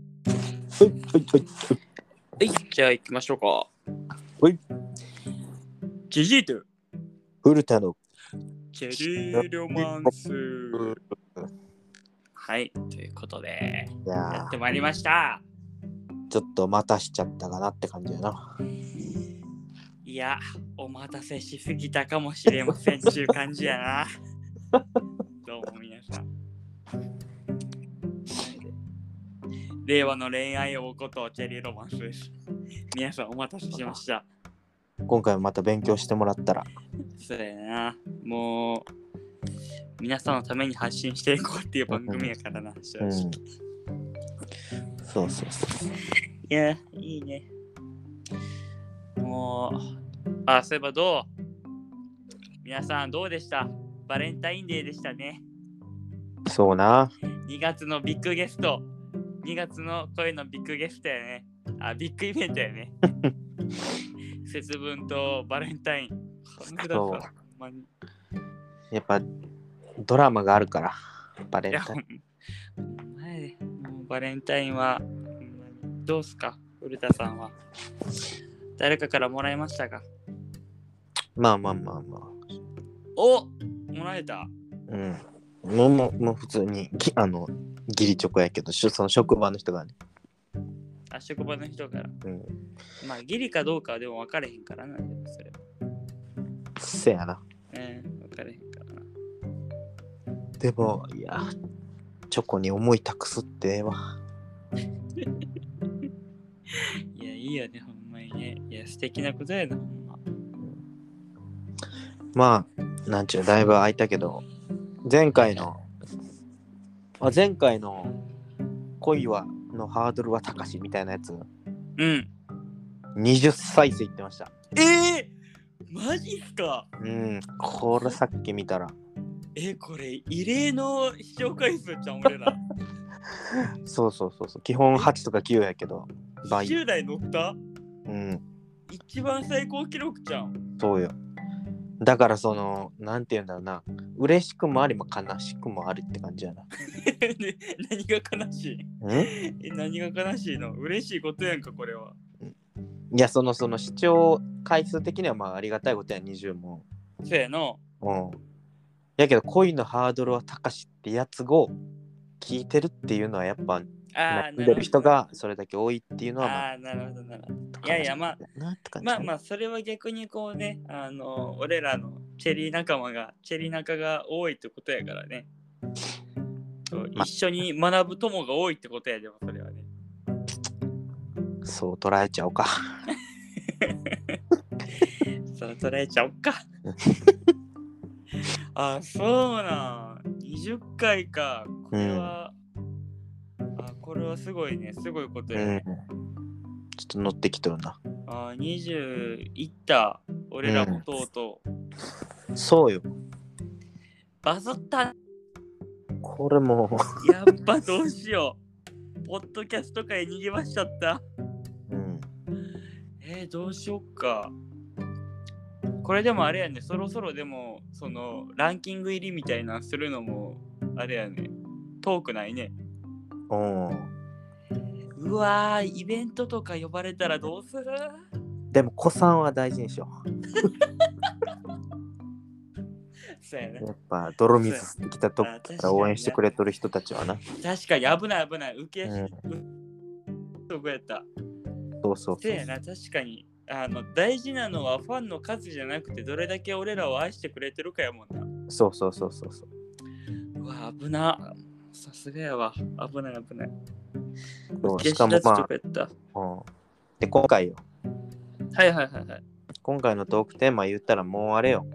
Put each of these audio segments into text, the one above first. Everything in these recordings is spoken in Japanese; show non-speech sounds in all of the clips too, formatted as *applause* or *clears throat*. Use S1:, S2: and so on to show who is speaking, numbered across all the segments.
S1: はいはいはい
S2: はい、じゃあ行きましょうか。
S1: はい。
S2: ジジイと
S1: 古田の
S2: チェリーロマンス。はい、ということで、
S1: い
S2: や
S1: や
S2: ってまいりました。
S1: ーちょっと待たしちゃったかなって感じやない
S2: や、お待たせしすぎたかもしれ
S1: *laughs*
S2: ませんちゅう感じやな。どうも皆さん。令和の恋愛をことチェリーロマンスです。皆さんお待たせしました。
S1: 今回もまた勉強してもらったら
S2: そうやな。もう、皆さんのために発信していこうっていう番組やからな、正
S1: う
S2: 直。
S1: ん
S2: い
S1: そうそうそう
S2: や、いいね。もう、あ、そういえばどう皆さんどうでしたバレンタインデーでしたね。
S1: そうな
S2: 2月のビッグゲスト。2月の声のビッグゲストやね。あ、ビッグイベント
S1: *laughs*
S2: やね。節分とバレンタイン。本当だ
S1: そう
S2: ったほんまに
S1: やっぱドラマがあるからバレ
S2: い
S1: ン
S2: や、
S1: タ
S2: ほ
S1: イン
S2: ん前もうバレンタインは、ほんまにどうすか、古田さんは。誰かからもらいましたか
S1: まあまあまあまあ
S2: おもらえた
S1: うんもうもうもう普通にぎあのギリチョコやけどしその職場の人がね、
S2: あ、職場の人から。
S1: うん、
S2: まあ、ギリかどうかはでも分かれへんからな、でもそれは。
S1: せやな
S2: えー、分かれへんからな。
S1: でもいやチョコに思い託すってええわ
S2: いや、いいよね、ほんまにね。いや、素敵なことやな、ほんま。
S1: まあなんちゅうだいぶ空いたけど前回のあ前回の恋はのハードルは高しみたいなやつ
S2: うん。
S1: 20再生いってました
S2: えー、マジっすか
S1: うんこれさっき見たら
S2: えこれ、異例の視聴回数じゃん、俺ら。
S1: そうそうそうそう基本8とか9やけど倍
S2: 10代乗った
S1: うん
S2: 一番最高記録じゃん。
S1: そうよ。だからその、なんて言うんだろうな、嬉しくもありも悲しくもありって感じやな。
S2: ね何が悲しい
S1: んい
S2: え何が悲しいの嬉しいことやんかこれは
S1: や、そのその視聴回数的にはまあありがたいことや、20も。
S2: せーの
S1: うん。やけど恋のハードルは高しってやつを聞いてるっていうのはやっぱ、
S2: ああ
S1: 悩んでる人がそれだけ多いっていうのはまあ、
S2: ああーなるほどなるほどいやいやまあ
S1: なって感じ
S2: まあまあそれは逆にこうねあの俺らのチェリー仲間がチェリー仲が多いってことやからねそう
S1: まあ
S2: 一緒に学ぶ友が多いってことやでもそれはね
S1: そう捉えちゃおうか。
S2: そう捉えちゃおっかあそうなん20回かこれは、あこれはすごいねすごいこと
S1: う
S2: やね、
S1: ん。ちょっと乗ってきとるな。
S2: あー20いった俺らもとうとう、
S1: そうよ。
S2: バズった
S1: これもう。
S2: やっぱどうしよう *laughs* ポッドキャスト界逃げましちゃった
S1: うん。
S2: えー、どうしよっかこれでもあれやねそろそろでもそのランキング入りみたいなんするのもあれやね遠くないね
S1: うん。
S2: うわーイベントとか呼ばれたらどうする
S1: でも子さんは大事にしよ
S2: そうや
S1: う。
S2: ね
S1: やっぱ泥水吸ってきた時から応援してくれとる人たちはな。
S2: 確かに危ない危ない受け
S1: うん
S2: し、とこやった
S1: そうそうそ
S2: せ
S1: う
S2: やな、確かに。あの大事なのはファンの数じゃなくてどれだけ俺らを愛してくれてるかやもんな。
S1: そうそうそうそうそう。
S2: うわ、危な。さすがやわ。危ない危ない。
S1: そうし
S2: 消し
S1: かも
S2: 出すと
S1: ま
S2: かやった。
S1: あ、うん、で今回よ、
S2: はいはいはいはい。
S1: 今回のトークテーマ言ったらもうあれよ。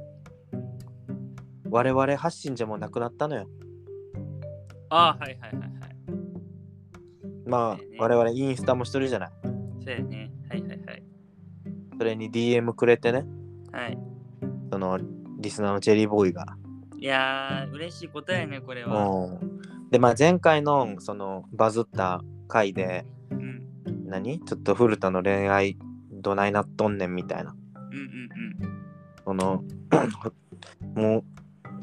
S1: 我々発信じゃもうなくなったのよ。
S2: ああ、はいはいはいはい。
S1: まあ
S2: そうだよね
S1: 我々インスタもしてるじゃない。
S2: そうやね。はいはいはい。
S1: それに DM くれてね、
S2: はい。
S1: そのリスナーのチェリーボーイが。
S2: いやー、嬉しいことやね、これは。
S1: うん、で、まあ前回のそのバズった回で、
S2: うん。うん
S1: 何ちょっと古田の恋愛どないなっとんねんみたいな
S2: うんうん
S1: その
S2: *laughs*
S1: もう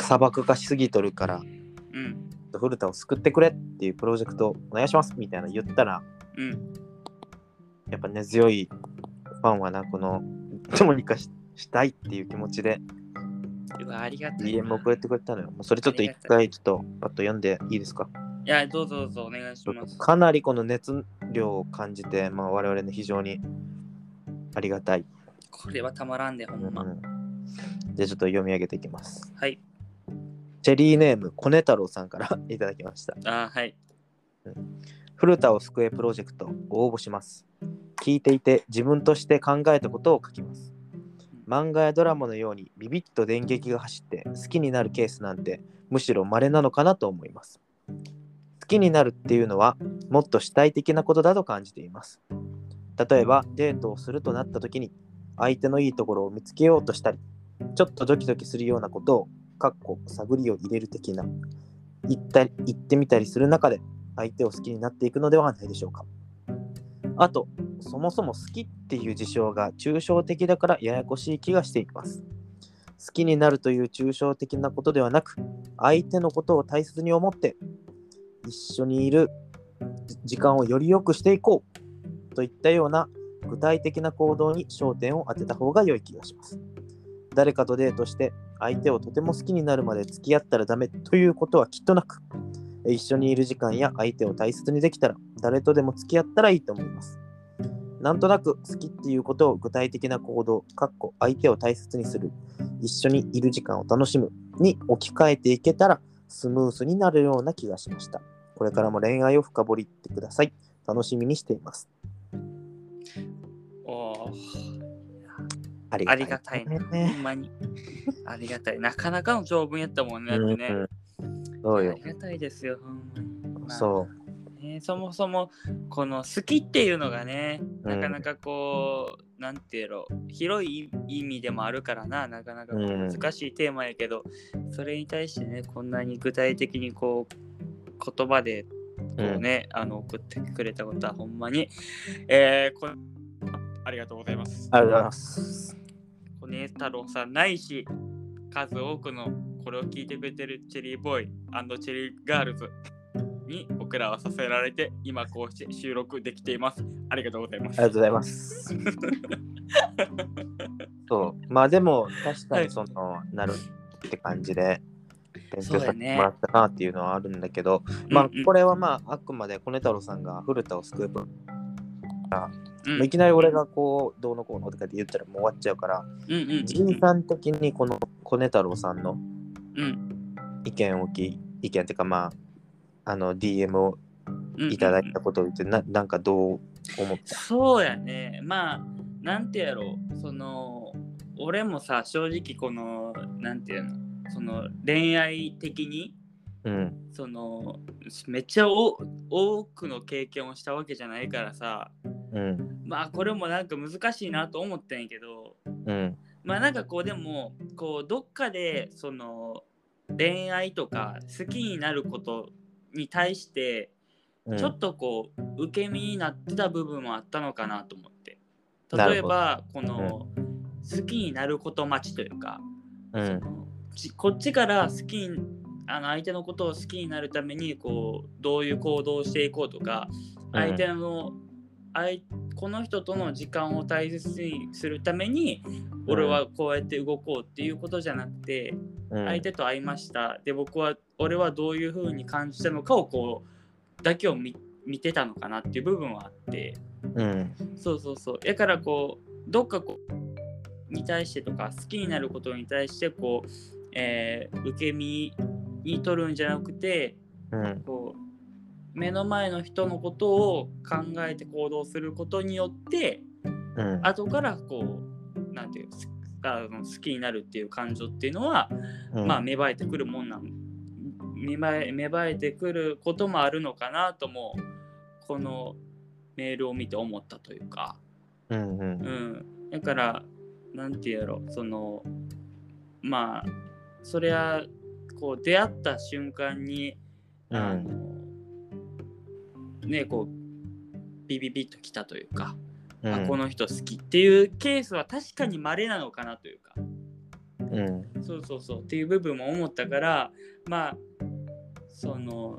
S1: 砂漠化しすぎとるから
S2: うん。
S1: 古田を救ってくれっていうプロジェクトお願いしますみたいな言ったら
S2: うん。
S1: やっぱ根強いファンはな、この、どうにかししたいっていう気持ちで
S2: うわありがたいな。
S1: DM 送れてくれたのよ。もうそれちょっと一
S2: あ
S1: 回ちょっと、あと読んでいいですか
S2: いや、どうぞどうぞお願いします。
S1: かなりこの熱量を感じて、まあ、我々の非常にありがたい。
S2: これはたまらんで、ほんま。
S1: うんじゃあちょっと読み上げていきます。
S2: はい。
S1: チェリーネーム、コネ太郎さんから *laughs* いただきました。
S2: あーはい。
S1: 古田を救えプロジェクトを応募します。聞いていて自分として考えたことを書きます。漫画やドラマのようにビビッと電撃が走って好きになるケースなんてむしろ稀なのかなと思います。好きになるっていうのはもっと主体的なことだと感じています。例えばデートをするとなった時に相手のいいところを見つけようとしたりちょっとドキドキするようなことをかっこ探りを入れる的な言ったり言ってみたりする中で相手を好きになっていくのではないでしょうか。あとそもそも好きっていう事象が抽象的だからややこしい気がしています。好きになるという抽象的なことではなく、相手のことを大切に思って、一緒にいる時間をより良くしていこうといったような具体的な行動に焦点を当てた方が良い気がします。誰かとデートして、相手をとても好きになるまで付き合ったらダメということはきっとなく、一緒にいる時間や相手を大切にできたら、誰とでも付き合ったらいいと思います。なんとなく好きっていうことを具体的な行動、かっこ相手を大切にする、一緒にいる時間を楽しむに置き換えていけたらスムースになるような気がしました。これからも恋愛を深掘りってください。楽しみにしています。
S2: おー
S1: あり
S2: ありがたいな。ほ
S1: ね。
S2: んまに。ありがたい。なかなかの長文やったもんね。だってね。
S1: うんうんそうよ
S2: あ。りがたいですよ、ほんまに。まあ
S1: そ
S2: ねそもそもこの好きっていうのがね、
S1: う。
S2: なかなかこう、なんていうの広い意味でもあるからななかなかこう
S1: うん
S2: 難しいテーマやけど、それに対してねこんなに具体的にこう言葉で
S1: う。
S2: こうんね、あの送ってくれたことはほんまに、えー、こありがとうございます。
S1: ありがとうございます。
S2: コネ太郎さんないし数多くのこれを聞いてくれてるチェリーボーイチェリーガールズに僕らはさせられて今こうして収録できていますありがとうございま
S1: あ
S2: す
S1: りがとうございます。
S2: *laughs*
S1: そう。まあでも、確かにその、なるって感じで、勉強させてもらったなっていうのはあるんだけど、まあ
S2: うんうん
S1: これはまああくまでコネ太郎さんが古田を救う分、
S2: うん
S1: いきなり俺がこうどうのこうのとかって言ったらもう終わっちゃうから、
S2: うんうんうん
S1: じいさん的にこのコネ太郎さんの
S2: うん
S1: 意見をき意見っていうかまああの DM を
S2: うん
S1: いただい
S2: うん
S1: たことを言ってななんかどう思った
S2: そうやねまあなんてやろうその俺もさ正直このなんていうのその恋愛的に
S1: うん
S2: そのめっちゃお多くの経験をしたわけじゃないからさ
S1: うん
S2: まあこれもなんか難しいなと思ったんやけど
S1: うん
S2: まあなんかこうでもこうどっかでその恋愛とか好きになることに対して
S1: うん
S2: ちょっとこう受け身になってた部分もあったのかなと思って
S1: な
S2: 例え
S1: るほど
S2: ばこの好きになること待ちというか
S1: う
S2: その
S1: ん
S2: ちこっちから好きにあの相手のことを好きになるためにこうどういう行動をしていこうとか相手の、あいこの人との時間を大切にするために俺はこうやって動こうっていうことじゃなくて、
S1: うん
S2: 相手と会いましたで僕は俺はどういうふうに感じたのかをこうだけを見見てたのかなっていう部分はあって
S1: うん
S2: そうそうそうだからこうどっかこうに対してとか好きになることに対してこう、えー受け身に取るんじゃなくて
S1: うん
S2: こう目の前の人のことを考えて行動することによって
S1: うん
S2: 後からこうなんていうすあの好きになるっていう感情っていうのは、
S1: うん
S2: まあ芽生えてくるもんなん芽生え芽生えてくることもあるのかなともこのメールを見て思ったというか、
S1: うんう
S2: うんん、だからなんていうやろそのまあそりゃこう出会った瞬間に
S1: う
S2: あ
S1: ん
S2: のねこうビビビッときたというか、
S1: う
S2: あこ
S1: ん
S2: の人好きっていうケースは確かに稀なのかなというか
S1: うん
S2: そうそうそうっていう部分も思ったからまあその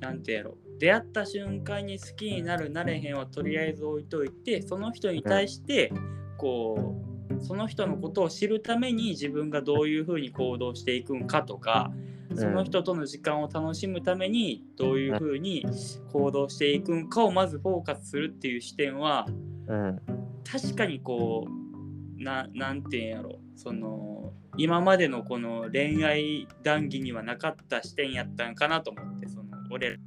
S2: なんてやろう出会った瞬間に好きになるなれへんはとりあえず置いといてその人に対してこうその人のことを知るために自分がどういうふうに行動していくんかとかその人との時間を楽しむためにどういうふうに行動していくんかをまずフォーカスするっていう視点は
S1: うん
S2: 確かにこうななんて言うんやろその今までのこの恋愛談義にはなかった視点やったんかなと思ってその俺ら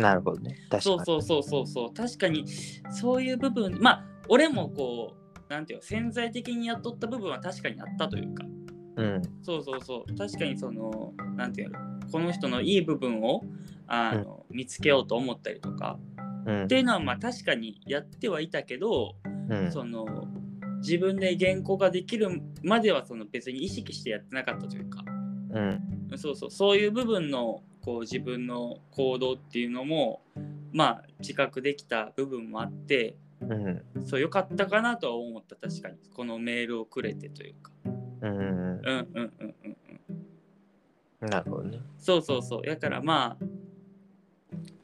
S1: なるほどね。確かに。
S2: そうそうそうそうそう確かにそういう部分まあ俺もこうなんていうの潜在的にやっとった部分は確かにあったというか
S1: うん。
S2: そうそうそう確かにそのなんていうのこの人のいい部分をあの、見つけようと思ったりとか
S1: うん
S2: っていうのはまあ確かにやってはいたけど
S1: うん
S2: その自分で原稿ができるまではその別に意識してやってなかったというか
S1: うん
S2: そうそうそういう部分のこう自分の行動っていうのもまあ自覚できた部分もあって
S1: うん
S2: そう良かったかなとは思った確かにこのメールをくれてというか
S1: うん
S2: うんうんうんうんうん
S1: なるほどね。
S2: そうそうそうやからまあ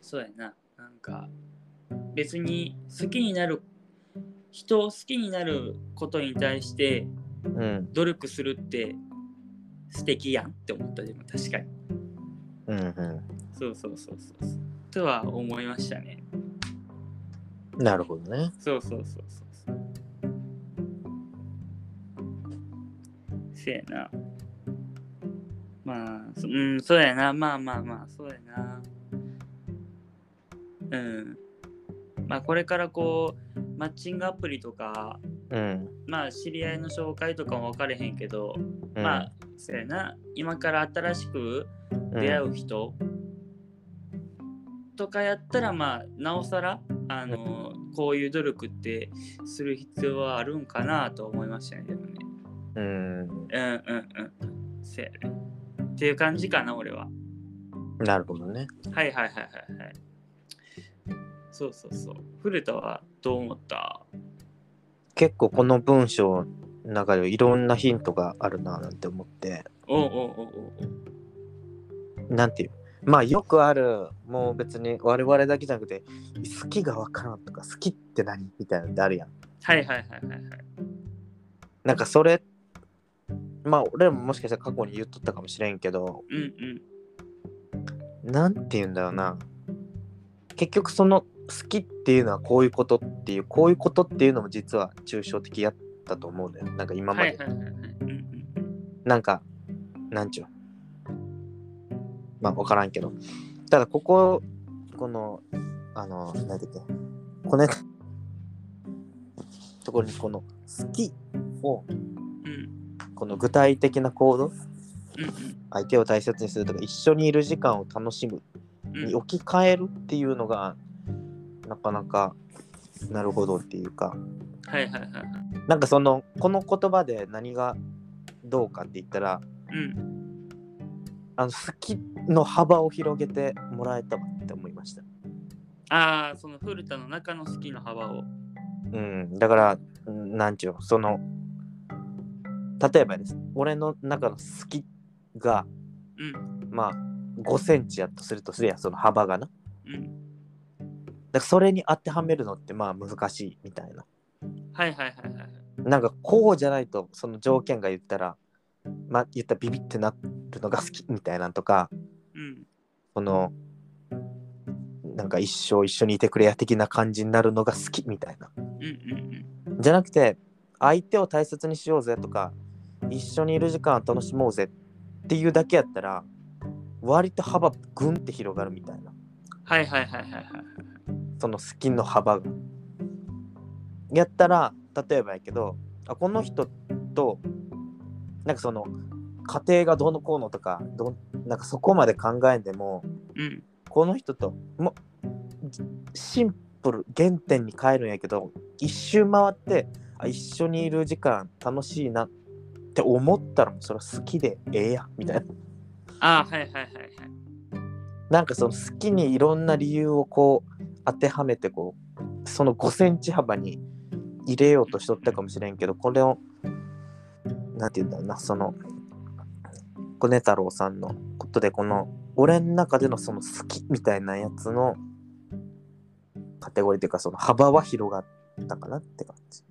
S2: そうやななんか別に好きになる人を好きになることに対して
S1: うん
S2: 努力するって素敵やんって思ったでも確かに
S1: うんう
S2: そうそうそうそうそうとは思いましたね
S1: ん。なるほどね。
S2: そうそうそうそうそうせやなまあそうんそうやなまあまあまあそうやなうんまあこれからこうマッチングアプリとか
S1: うん。
S2: まあ知り合いの紹介とかも分かれへんけど、
S1: うん
S2: まあそうやな今から新しく出会う人とかやったらまあなおさらあのこういう努力ってする必要はあるんかなと思いましたねでもね
S1: うん。うん
S2: うんうんうんせやねっていう感じかな俺は
S1: なるほどね。
S2: はいはいはいはいはいそうそうそう古田はどう思った
S1: 結構この文章の中でいろんなヒントがあるななんて思って、
S2: おうおうおうおう
S1: なんていうまあよくある、もう別に我々だけじゃなくて、好きがわからんとか、好きって何みたいなのってあるやん。
S2: はいはいはいはいはい
S1: なんかそれ、まあ俺らももしかしたら過去に言っとったかもしれんけど、
S2: うんうん
S1: なんて言うんだろうな結局その好きっていうのはこういうことっていうこういうことっていうのも実は抽象的やったと思うんだよなんか今ま
S2: は
S1: で、
S2: いはいはいはいうんうん
S1: なんかなんちゅうまあ分からんけどただこここのあの何て言うっけこのところにこの好きを
S2: うん
S1: この具体的な行動
S2: うん
S1: 相手を大切にするとか一緒にいる時間を楽しむ
S2: うんうん
S1: に置き換えるっていうのがなかなかなるほどっていうか
S2: はいはいはいはい
S1: なんかそのこの言葉で何がどうかって言ったら
S2: うん
S1: あの好きの幅を広げてもらえたわって思いました、
S2: ああその古田の中の好きの幅を
S1: うん、だからうんなんちゅうのその例えばです俺の中の好きが
S2: うん
S1: まあ5センチやとするとすりゃその幅がなだか
S2: うん
S1: らそれに当てはめるのってまあ難しいみたいな
S2: はいはいはいはい
S1: なんかこうじゃないとその条件が言ったらまあ言ったらビビってなるのが好きみたいなんとか
S2: うん
S1: このなんか一生一緒にいてくれや的な感じになるのが好きみたいな
S2: うんうん
S1: じゃなくて相手を大切にしようぜとか一緒にいる時間を楽しもうぜっていうだけやったら割と幅グンって広がるみたいな
S2: うんはいはいはいはいはい
S1: そのスキンの幅が。やったら例えばやけどあこの人となんかその家庭がどうのこうのとかどうなんかそこまで考えんでも
S2: うん
S1: この人ともじシンプル原点に変えるんやけど一周回ってあ一緒にいる時間楽しいなって思ったらもうそれは好きでええやんみたいな
S2: ああはいはいはいはい
S1: なんかその好きにいろんな理由をこう当てはめてこうその5センチ幅に入れようとしとったかもしれんけどこれをなんて言うんだろうなそのコネ太郎さんのことでこの俺の中でのその好きみたいなやつのカテゴリーというかその幅は広がったかなって感じ。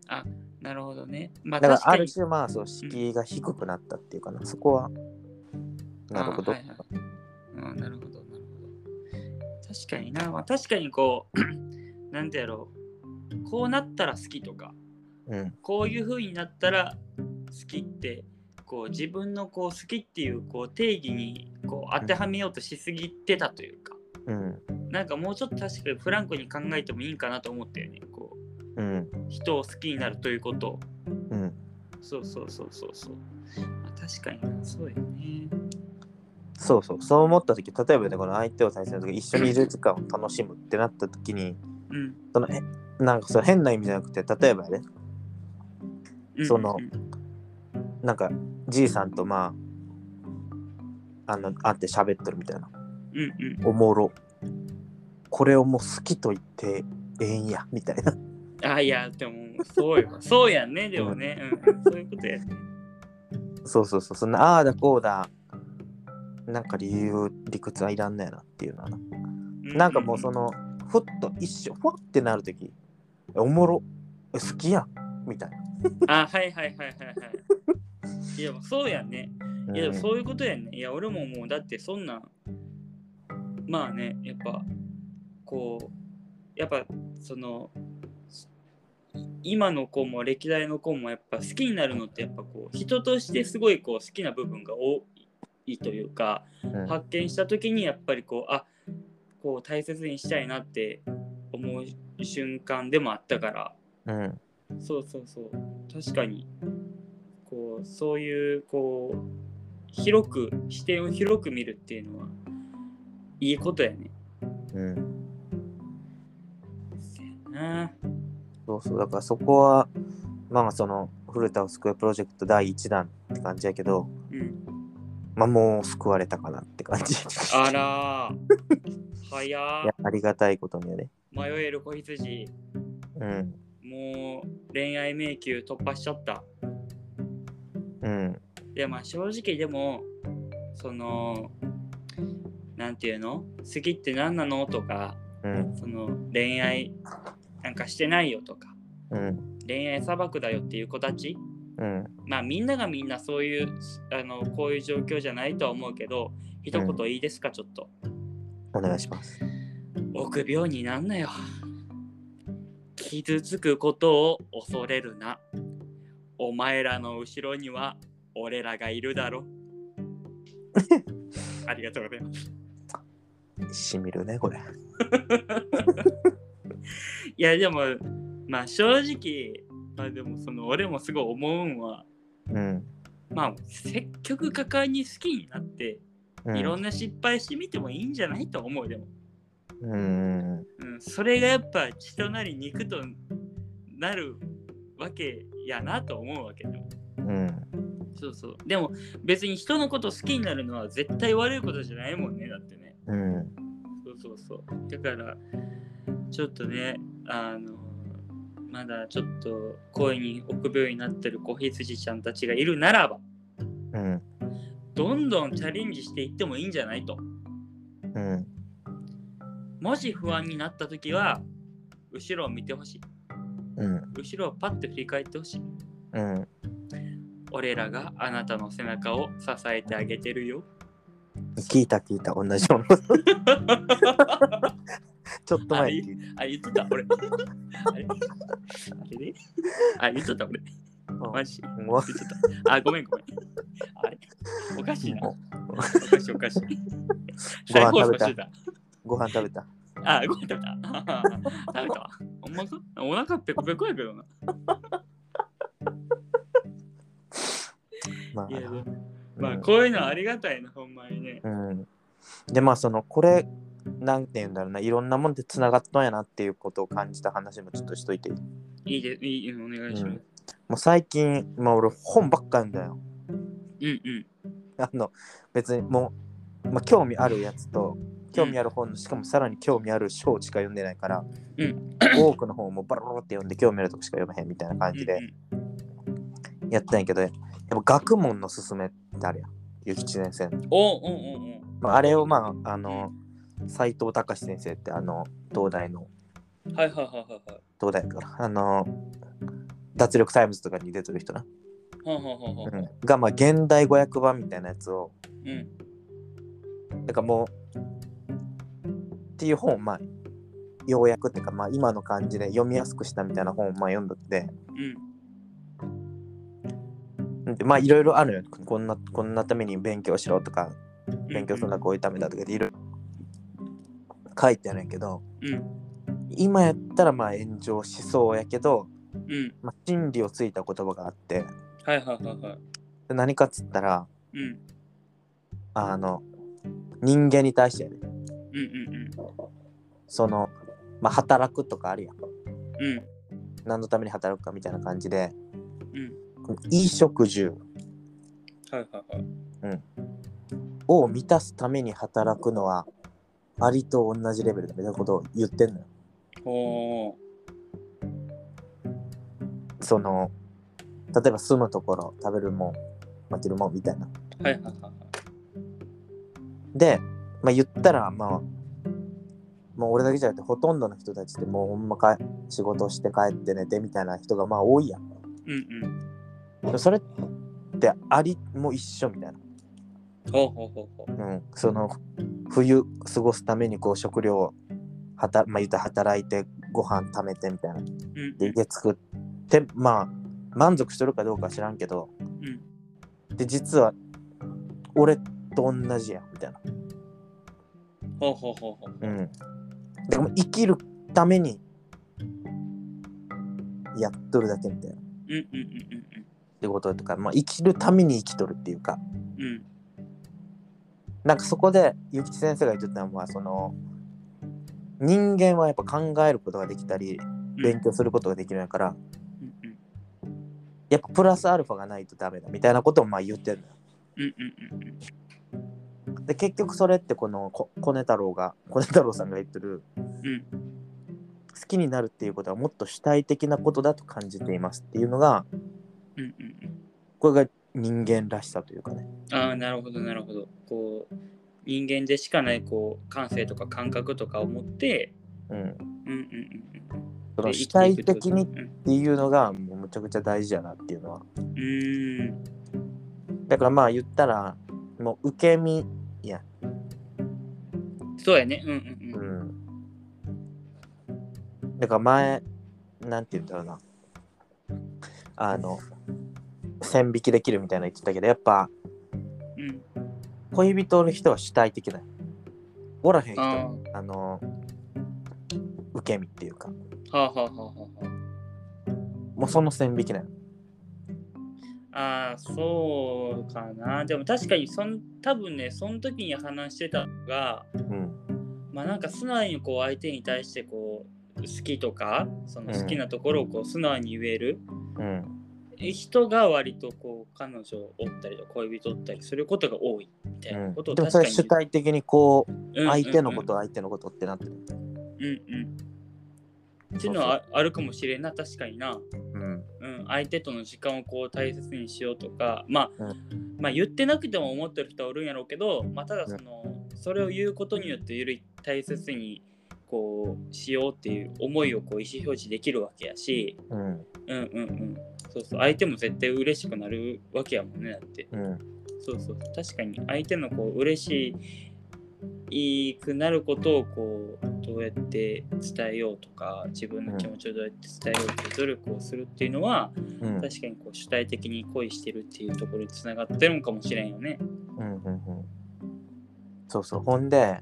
S2: なるほどね。まあ、
S1: だから
S2: 確
S1: あ
S2: か
S1: る
S2: に。
S1: 種まあその敷居が低くなったっていうかな、そこはなるほど。
S2: あはいはいうん、なるほど、なるほど。確かにな、まあ、確かにこう、 *clears throat* なんてやろう、こうなったら好きとか、
S1: うん
S2: こういう風になったら好きって、こう自分のこう好きっていうこう定義にこう当てはめようとしすぎてたというか、
S1: うん
S2: なんかもうちょっと確かにフランクに考えてもいいかなと思ったよね。こう
S1: うん
S2: 人を好きになるということを。
S1: うん。
S2: そうそうそうそうそう。まあ、確かにな、そうよね。
S1: そうそう、そう思った時例えばね、この相手を対戦する時一緒にいる時間を楽しむってなった時に、
S2: うん。
S1: そのえなんかその変な意味じゃなくて、例えばね、
S2: うん
S1: その
S2: うん
S1: なんかじいさんとまあ、あの会って喋ってるみたいな、
S2: うんうん。
S1: おもろ。これをもう好きと言ってええんや、みたいな。 *laughs*
S2: あ、いや、でも、そうよ。 *laughs* そうやんね、でもね。うん、そういうことや。
S1: そうそうそう、そんなああだこうだ、なんか理由、理屈はいらんのやなっていうのはな。なんかもうそ
S2: の。
S1: の、ふっと一瞬、ふわってなるとき、おもろ、え好きやん、みたいな。
S2: あ、はいはいはいはいはい。いや、そうやんね。いや、でもそういうことやんね。いや、俺ももう、だってそんなん、まあね、やっぱ、こう、やっぱ、その、今の子も歴代の子もやっぱ好きになるのってやっぱこう人としてすごいこう好きな部分が多いというか、
S1: うん
S2: 発見した時にやっぱりこうあこう大切にしたいなって思う瞬間でもあったから
S1: うん
S2: そうそうそう確かにこうそういうこう広く視点を広く見るっていうのはいいことやね。
S1: うん、
S2: せやな
S1: そうそうだからそこはまあその古田を救うプロジェクト第1弾って感じやけど
S2: うん、
S1: まあもう救われたかなって感じ
S2: あらー早
S1: い
S2: ー
S1: やありがたいことにはね
S2: 迷える子羊
S1: うん
S2: もう恋愛迷宮突破しちゃった。
S1: うん
S2: いやまあ正直でもそのなんていうの好きって何なのとか
S1: うん
S2: その恋愛なんかしてないよとか
S1: うん
S2: 恋愛砂漠だよっていう子たち
S1: うん
S2: まあみんながみんなそういうあのこういう状況じゃないとは思うけど一言いいですかちょっと、
S1: お願いします
S2: 臆病になんなよ傷つくことを恐れるなお前らの後ろには俺らがい
S1: *laughs*
S2: るだろありがとうございます
S1: しみるねこれ
S2: いやでもまあ正直まあでもその俺もすごい思うんは
S1: うん
S2: まあ積極果敢に好きになって
S1: うん
S2: いろんな失敗してみてもいいんじゃないと思うでも、
S1: うんうん
S2: うん、それがやっぱ血となり肉となるわけやなと思うわけでも
S1: うん
S2: そうそうでも別に人のこと好きになるのは絶対悪いことじゃないもんねだってね
S1: うん
S2: そうそうそう。だから、ちょっとね、あの、まだちょっと恋に臆病になってる子羊ちゃんたちがいるならば、
S1: うん
S2: どんどんチャレンジしていってもいいんじゃないと。
S1: うん
S2: もし不安になった時は、後ろを見てほしい。
S1: うん
S2: 後ろをパッと振り返ってほしい。
S1: うん
S2: 俺らがあなたの背中を支えてあげてるよ。
S1: 聞いた聞いた同じようなちょっと前に聞い
S2: あ、言っとった、俺。 *laughs* あれあれねあ、言っとった、俺。
S1: た
S2: マジ
S1: うんもう
S2: 言っちゃったあ、ごめんごめん。あれおかしいな。
S1: も
S2: おかしいおかしい。
S1: ご
S2: 再
S1: 飯
S2: 放
S1: 食
S2: 送
S1: べた
S2: してた。
S1: ご飯食べた
S2: あ、ごめん食べた。 *laughs* あ食べたわ。おまかお腹ペコペコやけどな。
S1: まあ
S2: いやいや
S1: う
S2: まあ、
S1: ん
S2: こういうのはありがたいな、ほんまにね。
S1: うん、でまあそのこれなんて言うんだろうないろんなもんでつながったんやなっていうことを感じた話もちょっとしといても
S2: いいで、いい、うんお願いします。
S1: う最近まあ俺本ばっか読んだよ *laughs*
S2: うんうん。
S1: あの別にもう、まあ、興味あるやつと興味ある本のしかもさらに興味ある章しか読んでないから、
S2: う
S1: 多くの本もバロバロって読んで興味あるとこしか読めへんみたいな感じでやったんやけどやっぱ学問の勧めってあるやん諭吉先生の
S2: おうんうんうんおうおうおう
S1: まああれをまああの斎藤隆先生ってあの東大の
S2: はいはいはいはいはい。
S1: 東大からあの脱力タイムズとかに出てる人な、
S2: はんはんはんはん
S1: うんがまあ現代語訳版みたいなやつを
S2: うん。
S1: だからもうっていう本をまあ要約っていうかまあ今の感じで読みやすくしたみたいな本をまあ読んだって
S2: うん。
S1: でまあいろいろあるよこんなこんなために勉強しろとか
S2: うん
S1: 勉強するのはこういうためだとかでいろいろ書いてあるんやけど
S2: うん。
S1: 今やったらまあ炎上しそうやけど、
S2: うん。
S1: まあ、真理をついた言葉があって
S2: はいはいはいはい。
S1: で何かっつったら
S2: うん。
S1: あの人間に対してやね
S2: うんうん
S1: その、まあ、働くとかあるやん
S2: うん。うん。
S1: 何のために働くかみたいな感じで
S2: うん。
S1: 衣食住
S2: はいはいはい。
S1: を満たすために働くのはアリと同じレベルだみたいなことを言ってんのよ。
S2: おー。
S1: その例えば住むところ食べるもん待てるもんみたいな。
S2: はいはいはいはい。
S1: で、まあ、言ったらまあもう俺だけじゃなくてほとんどの人たちってもうほんまか仕事して帰って寝てみたいな人がまあ多いやん。
S2: うんうん。
S1: でもそれってアリも一緒みたいな。
S2: ほうほうほうほう。
S1: うん、その冬過ごすためにこう食料をはた、まあ、言ったら働いてご飯貯めてみたいな。
S2: うんう
S1: で
S2: ん
S1: 家作ってまあ満足しとるかどうかは知らんけど
S2: うん。
S1: で実は俺と同じやんみたいな、
S2: ほうほうほうほう。
S1: うん、でも生きるためにやっとるだけみたいなっ
S2: うんうんう
S1: てこととか、まあ、生きるために生きとるっていうか
S2: んうんうん。
S1: なんかそこで結城先生が言ってたのはその人間はやっぱ考えることができたり
S2: うん。
S1: 勉強することができるんやから
S2: うんうん
S1: やっぱプラスアルファがないとダメだみたいなことをまあ言ってる
S2: うんうんうん
S1: で結局それってこのこコネ太郎がコネ太郎さんが言ってる
S2: うん
S1: 好きになるっていうことはもっと主体的なことだと感じていますっていうのが
S2: うんうんうん
S1: これが人間らしさというかね
S2: ああなるほどなるほどこう人間でしかないこう感性とか感覚とかを持って
S1: うん
S2: うんうんうんうん
S1: その
S2: で
S1: 主体的にっ
S2: 生きていくって
S1: いうのがもうむちゃくちゃ大事やなっていうのは
S2: とですね
S1: だからまあ言ったらもう受け身
S2: うんうんそうやねうんうん
S1: う
S2: うん
S1: んだから前なんて言うんだろうなあの線引きできるみたいなの言ってたけどやっぱ
S2: うん
S1: 恋人の人は主体的だよおらへん人
S2: あ
S1: あの受け身っていうか
S2: あはあはあはあはあ
S1: もうその線引きなの
S2: ああそうかなでも確かにそん多分ねその時に話してたのが
S1: うん
S2: まあなんか素直にこう相手に対してこう好きとかその
S1: うん
S2: 好きなところをこう素直に言える
S1: うん
S2: 人が割とこう彼女を追ったりとか恋人を追ったりすることが多いみたいなこ
S1: うん、
S2: とを
S1: でも
S2: 確
S1: そ
S2: か
S1: れ
S2: に
S1: 主体的にこう
S2: うん
S1: 相手のこと相手のことってなってる、
S2: うんうんっていうのはああるかもしれんな確かにな
S1: うん
S2: うん、相手との時間をこう大切にしようとか、まあ
S1: う
S2: まあ、言ってなくても思ってる人はおるんやろうけど、まあ、ただその、それを言うことによってより大切にこうしようっていう思いをこう意思表示できるわけやし、
S1: うん
S2: うんうんうん、そうそう相手も絶対嬉しくなるわけやもんねだって
S1: うん
S2: そうそう確かに相手のこう嬉しいくなることをこうどうやって伝えようとか自分の気持ちをどうやって伝えようっていう努力をするっていうのは、
S1: うん
S2: 確かにこう主体的に恋してるっていうところにつながってるのかもしれんよね。
S1: うんうんうんそうそうほんで、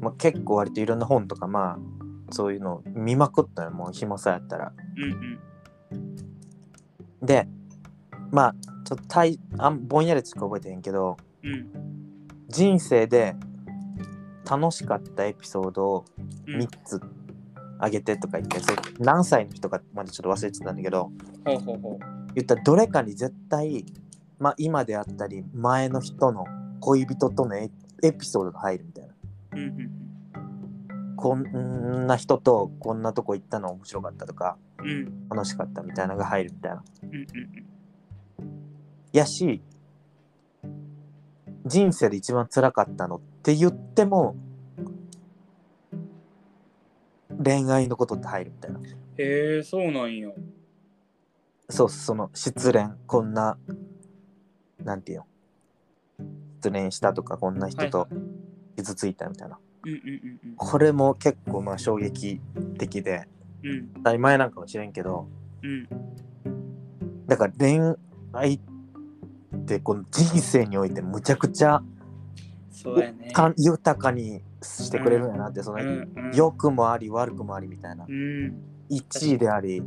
S1: まあ、結構割といろんな本とかまあそういうの見まくったよもう暇さやったら
S2: うんうん
S1: でまあちょっとたいあんぼんやりしか覚えてへんけど
S2: うん
S1: 人生で楽しかったエピソードを
S2: うん。
S1: 3つあげてとか言って、そう何歳の人かまでちょっと忘れてたんだけど
S2: ほうほうほ
S1: 言ったらどれかに絶対、まあ、今であったり前の人の恋人とのエエピソードが入るみたいな
S2: う。うんうん
S1: こんな人とこんなとこ行ったの面白かったとか
S2: うん。うん
S1: 楽しかったみたいなのが入るみたいな
S2: うんうんうん。
S1: やし人生で一番辛かったのって言っても恋愛のことって入るみたいな
S2: へえそうなんよ
S1: そうその失恋こんななんていうの失恋したとかこんな人と
S2: はいはい
S1: 傷ついたみたいな、
S2: うんうんうん
S1: これも結構まあ衝撃的で
S2: うん
S1: 当たり前なんかもしれんけど
S2: うん
S1: だから恋愛ってこの人生においてむちゃくちゃ
S2: そうやね
S1: かん豊かにしてくれるんやなって、その、
S2: うんうん
S1: 良くもあり悪くもありみたいな
S2: うん
S1: 1位であり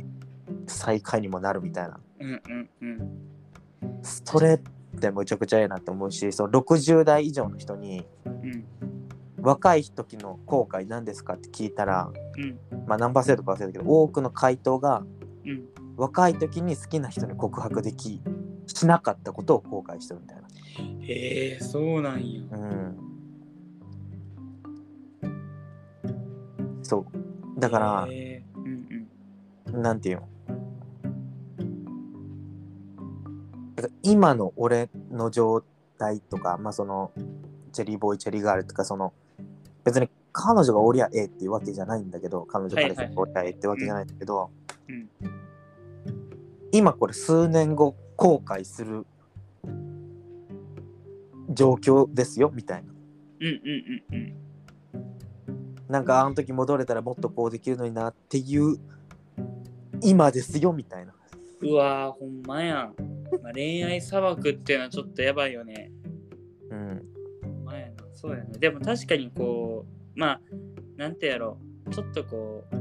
S1: 最下位にもなるみたいな
S2: うんうんうん
S1: それってむちゃくちゃええなって思うしその60代以上の人に
S2: うん
S1: 若い時の後悔何ですかって聞いたら、
S2: うん
S1: まあ、何パーセントか忘れたけど多くの回答が
S2: うん
S1: 若い時に好きな人に告白できしなかったことを後悔してるみたいな。
S2: へえそうなんよ
S1: うん、そうだから、
S2: へーうん
S1: なんていうのだから今の俺の状態とか、まあ、そのチェリーボーイチェリーガールとかその別に彼女がおりゃええっていうわけじゃないんだけど彼女
S2: はいは
S1: 彼
S2: い
S1: 氏がおりゃええってわけじゃないんだけど、
S2: うん
S1: 今これ数年後後悔する状況ですよみたいな
S2: うんうんうんうんうん
S1: なんかあの時戻れたらもっとこうできるのになっていう今ですよみたいな
S2: うわーほんまやん、まあ、恋愛砂漠っていうのはちょっとやばいよね
S1: うん
S2: ほんまやなそうやねでも確かにこうまあなんてやろうちょっとこう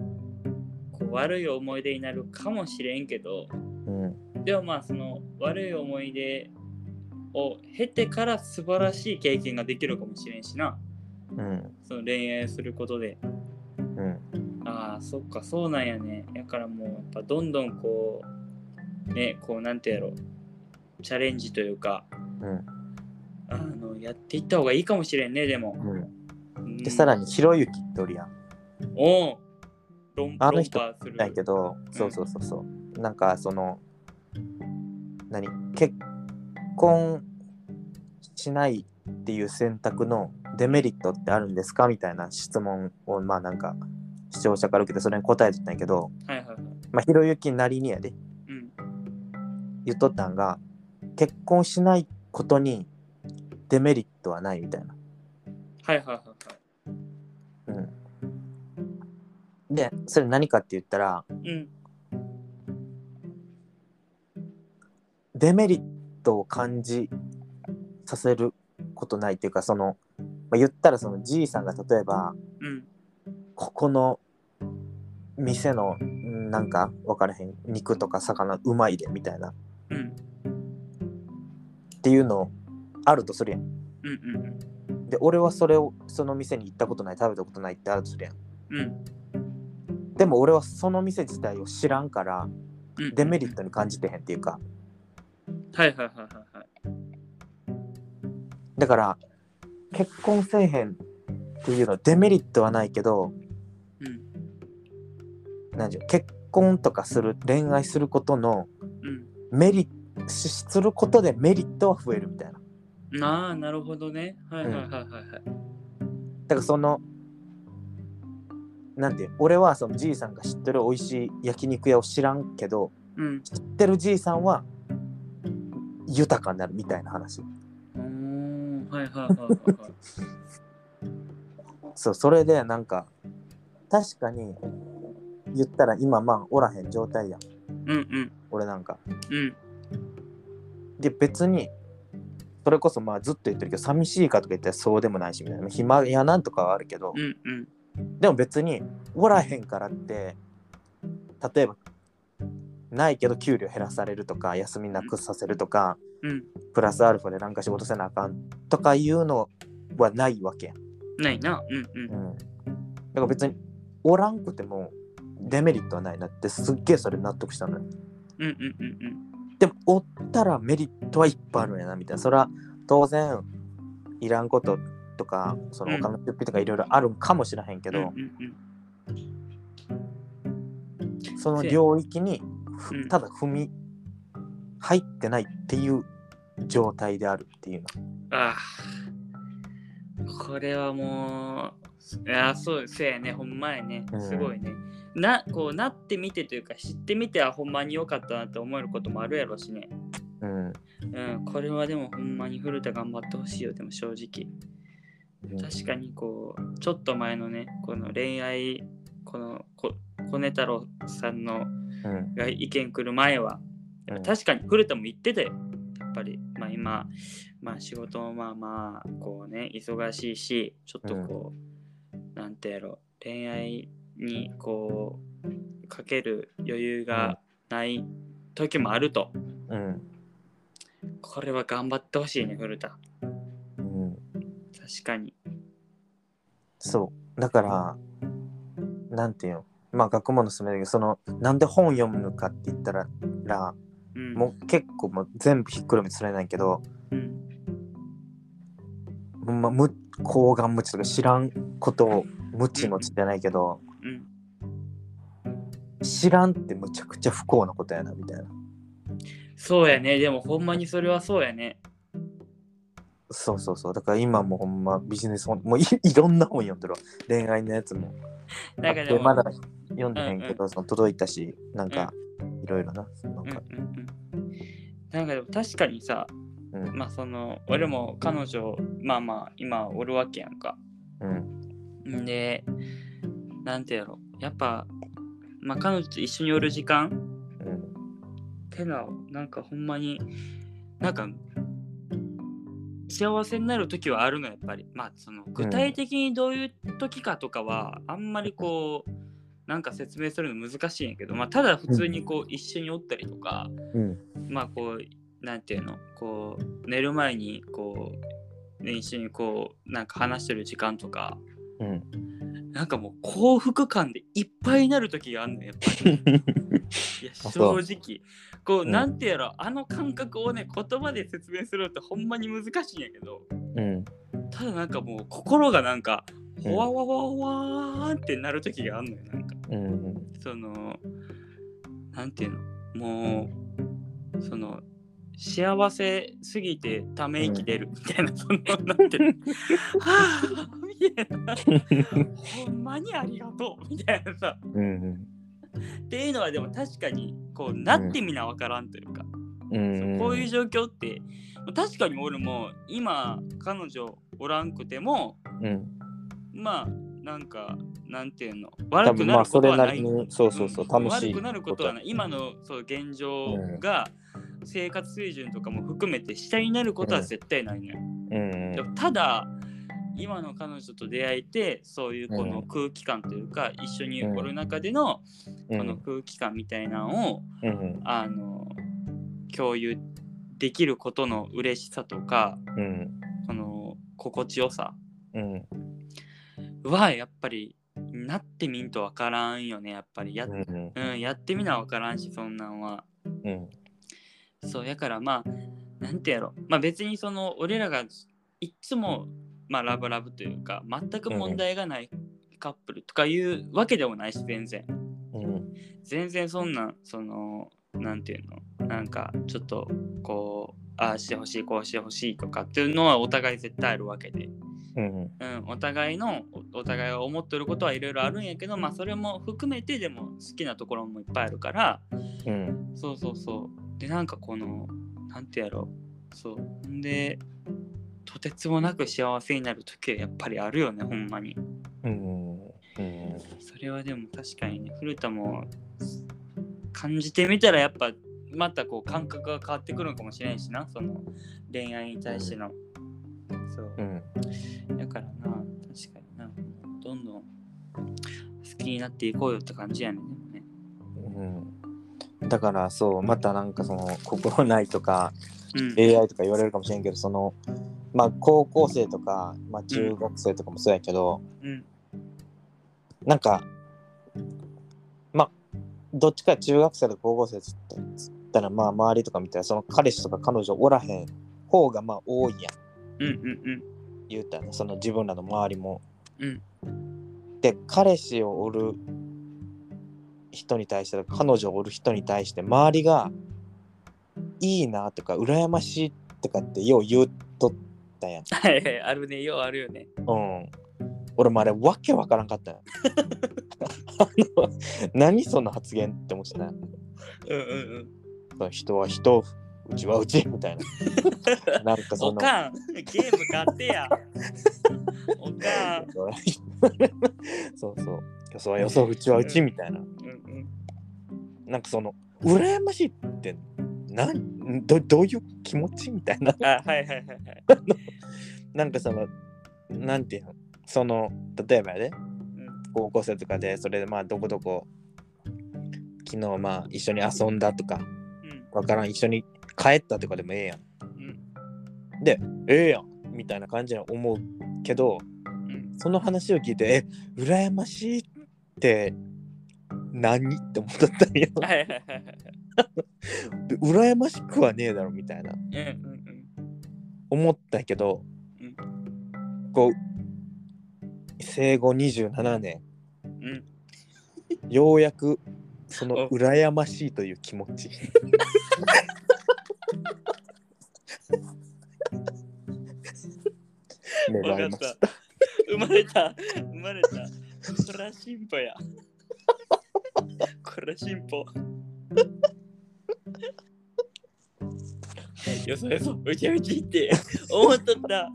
S2: こう悪い思い出になるかもしれんけど
S1: うん
S2: でもまあその悪い思い出を経てから素晴らしい経験ができるかもしれんしな
S1: うん
S2: その恋愛することで
S1: うん
S2: ああそっかそうなんやねだからもうやっぱどんどんこうねこうなんてやろうチャレンジというか
S1: うん
S2: あのやっていった方がいいかもしれんねでも、
S1: うん
S2: うん
S1: でさらにひろゆきっておるやん
S2: おう論
S1: あの人
S2: 論破する
S1: ないけどそうそうそうそう、なんかその何結婚しないっていう選択のデメリットってあるんですかみたいな質問をまあなんか視聴者から受けてそれに答えてたんやけど
S2: はいはいはい
S1: まあひろゆきなりにやで
S2: うん
S1: 言っとったんが結婚しないことにデメリットはないみたいな
S2: はいはいはいは
S1: うんでそれ何かって言ったら
S2: いうん
S1: デメリットを感じさせることないっていうかその、まあ、言ったらそのじいさんが例えば
S2: うん
S1: ここの店のんなんか分からへん肉とか魚うまいでみたいなっ
S2: うん
S1: ていうのあるとするやん
S2: うんうん
S1: で俺はそれをその店に行ったことない食べたことないってあるとするやん
S2: うんうん
S1: でも俺はその店自体を知らんから
S2: うん
S1: デメリットに感じてへんっていうか
S2: はいはいはいはいはい
S1: だから結婚せえへんっていうのはデメリットはないけど
S2: うん
S1: 何う結婚とかする恋愛することの
S2: う
S1: メリットすることでメリットは増えるみたいなん
S2: ああなるほどねはいはいはいはいはい
S1: だからそのなんていう俺はそのじいさんが知ってる美味しい焼肉屋を知らんけど
S2: うん
S1: 知ってるじいさんは豊かになるみたいな話
S2: うーんはいはいはいはいはい *laughs*
S1: そうそれでなんか確かに言ったら今まあおらへん状態やん
S2: うんうん
S1: 俺なんか
S2: うん
S1: で別にそれこそまあずっと言ってるけど寂しいかとか言ったらそうでもないしみたいな暇やなんとかはあるけど、
S2: うんうん
S1: でも別におらへんからって例えばないけど給料減らされるとか休みなくさせるとか、
S2: うん
S1: プラスアルファでなんか仕事せなあかんとかいうのはないわけやん、
S2: ないなうんうん
S1: うん、だから別におらんくてもデメリットはないなってすっげえそれ納得したのよ
S2: うんうんうんうん
S1: でもおったらメリットはいっぱいあるんやなみたいなそれは当然いらんこととかそのお金の出費とかいろいろあるんかもしれへんけ
S2: け
S1: ど、
S2: うんうん
S1: その領域にふ
S2: うん
S1: ただ踏み入ってないっていう状態であるっていうの。
S2: ああこれはもういやそうせやねほんまやね
S1: うん
S2: すごいね、なこうなってみてというか知ってみてはほんまに良かったなって思えることもあるやろしね
S1: うん。
S2: うんこれはでもほんまに古田頑張ってほしいよでも正直確かにこうちょっと前のねこの恋愛このこ小根太郎さんの
S1: うん。
S2: が意見来る前はやっぱ
S1: うん
S2: 確かに古田も言ってたよやっぱりまあ今まあ仕事もまあまあこうね忙しいしちょっとこう、なんてやろ恋愛にこうかける余裕がない時もあると、
S1: うん。
S2: これは頑張ってほしいね古田
S1: うん。
S2: 確かに
S1: そう。だから、なんていうの。まあ、学問の勧めだけど、その、なんで本読むのかって言ったら、ら
S2: うん
S1: もう結構もう全部ひっくるめてそれないけど、
S2: うん
S1: ほんまむ、高顔無知とか知らんことを無知の知じゃないけど、
S2: うん
S1: 知らんってむちゃくちゃ不幸なことやな、みたいな。
S2: そうやねでもほんまにそれはそうやね
S1: そうそうそう。だから今もほんまビジネス本、もういいろんな本読んでるわ。恋愛のやつも。
S2: なんか
S1: あっ
S2: で
S1: て
S2: も
S1: まだ読んでへんけど、その届いたし、なんか、いろいろな。なん
S2: うん
S1: か、
S2: うんうんなんかでも確かにさ、
S1: うん
S2: まあその俺も彼女まあまあ今おるわけやんか
S1: うん。
S2: んでなんてやろやっぱまあ彼女と一緒におる時間
S1: うん。
S2: ってのはなんかほんまになんか幸せになる時はあるのやっぱりまあその具体的にどういう時かとかはあんまりこうなんか説明するの難しいんやけどまあただ普通にこう一緒におったりとか、
S1: うん。
S2: まあこうなんていうのこう寝る前にこう練習にこうなんか話してる時間とか
S1: うん。
S2: なんかもう幸福感でいっぱいになる時があるのよやっ
S1: *laughs*
S2: ぱりいや
S1: あ
S2: 正
S1: そう
S2: 直こう、
S1: うん
S2: なんてやろあの感覚をね言葉で説明するのってほんまに難しいんやけど
S1: うん。
S2: ただなんかもう心がなんか
S1: うん
S2: ほわわわわーんってなる時があるのよなんか
S1: うん。
S2: そのなんていうのもうその幸せすぎてため息出るみたいな、そのなん
S1: *laughs*
S2: ていうのはあみたいなほんまにありがとうみたいなさ
S1: うん。
S2: っていうのはでも確かにこうなってみなわからんというか、
S1: うん。
S2: こういう状況って確かに俺も今彼女おらんくても
S1: うん。
S2: まあなんかなんていうの
S1: 多
S2: 悪く
S1: 分
S2: な
S1: まあ
S2: るこ
S1: そ
S2: と
S1: れ
S2: は
S1: な
S2: な
S1: り
S2: い
S1: にそうそうそう
S2: うん
S1: 楽しい
S2: 悪くなることはない今のそう現状が生活水準とかも含めて下になることは絶対ないのよ、
S1: うん
S2: でもただ今の彼女と出会えてそういうこの
S1: うん
S2: 空気感というか、一緒におる中での
S1: う
S2: この
S1: ん
S2: 空気感みたいなのを、
S1: うん
S2: あの共有できることの嬉しさとか
S1: うん
S2: この心地よさ
S1: うん
S2: はやっぱりなってみんとわからんよねやっぱりや,、
S1: うん
S2: うん、やってみなわからんしそんなんは。
S1: うん
S2: そうやからまあなんてやろまあ別にその俺らがいつもまあラブラブというか全く問題がないカップルとかいうわけでもないし全然
S1: うん
S2: 全然そんなそのなんていうのなんかちょっとこうああしてほしいこうしてほしいとかっていうのはお互い絶対あるわけで、
S1: うん
S2: うん、お互いのおお互いが思ってることはいろいろあるんやけどまあそれも含めてでも好きなところもいっぱいあるから、
S1: うん
S2: そうそうそう。で、なんかこの、なんてやろう。そう。んで、とてつもなく幸せになる時はやっぱりあるよね、ほんまに。
S1: うんうん
S2: それはでも確かにね、古田も感じてみたらやっぱ、またこう感覚が変わってくるのかもしれんしな、その恋愛に対しての。そう。
S1: うん
S2: だからな、確かにな、どんどん好きになっていこうよって感じやね。でもね
S1: うんだからそうまたなんかその心ないとか
S2: うん。
S1: AI とか言われるかもしれんけどそのまあ高校生とかまあ中学生とかもそうやけど
S2: うん。
S1: なんかまあどっちか中学生とか高校生っつったらまあ周りとか見たらその彼氏とか彼女おらへん方がまあ多いやん
S2: うんうんうん。
S1: 言うたらその自分らの周りも。
S2: うん
S1: で彼氏をおる人に対して彼女をおる人に対して周りがいいなとか羨ましいとかってよう言うとっったんやん。
S2: はいはいあるねようあるよね
S1: うん。俺もあれ、わけわからんかったよあの何その発言って思ってたよ
S2: うんうんうん
S1: その人は人、うちはうちみたいな。なんかそ
S2: お
S1: の。
S2: かんゲーム買って *laughs* やおかん
S1: *laughs* そうそう。よそはよそ、うちはうちみたいな。
S2: うん
S1: なんかその、羨ましいって何ど、どういう気持ちみたいな。
S2: うんあはいはいはいはい
S1: なんかその、なんていうの、その、例えばやで、高校生とかで、それでまあ、どこどこ、昨日まあ、一緒に遊んだとか、
S2: うん
S1: わからん、一緒に帰ったとかでもええやん。
S2: うん
S1: ええやんみたいな感じに思うけど、
S2: うん
S1: その話を聞いて、え、羨ましいって何って思ったんや。
S2: はいはいはいはい
S1: 羨ましくはねえだろみたいな
S2: うんうん
S1: 思ったけど、
S2: うん
S1: こう生後27年
S2: うんうん
S1: ようやくその
S2: お
S1: 羨ましいという気持
S2: *laughs*
S1: ち芽生えました
S2: わかっ
S1: た。
S2: 生まれた。生まれた。そら進歩や。これ進歩。よそよそ、うちうちって思っとった。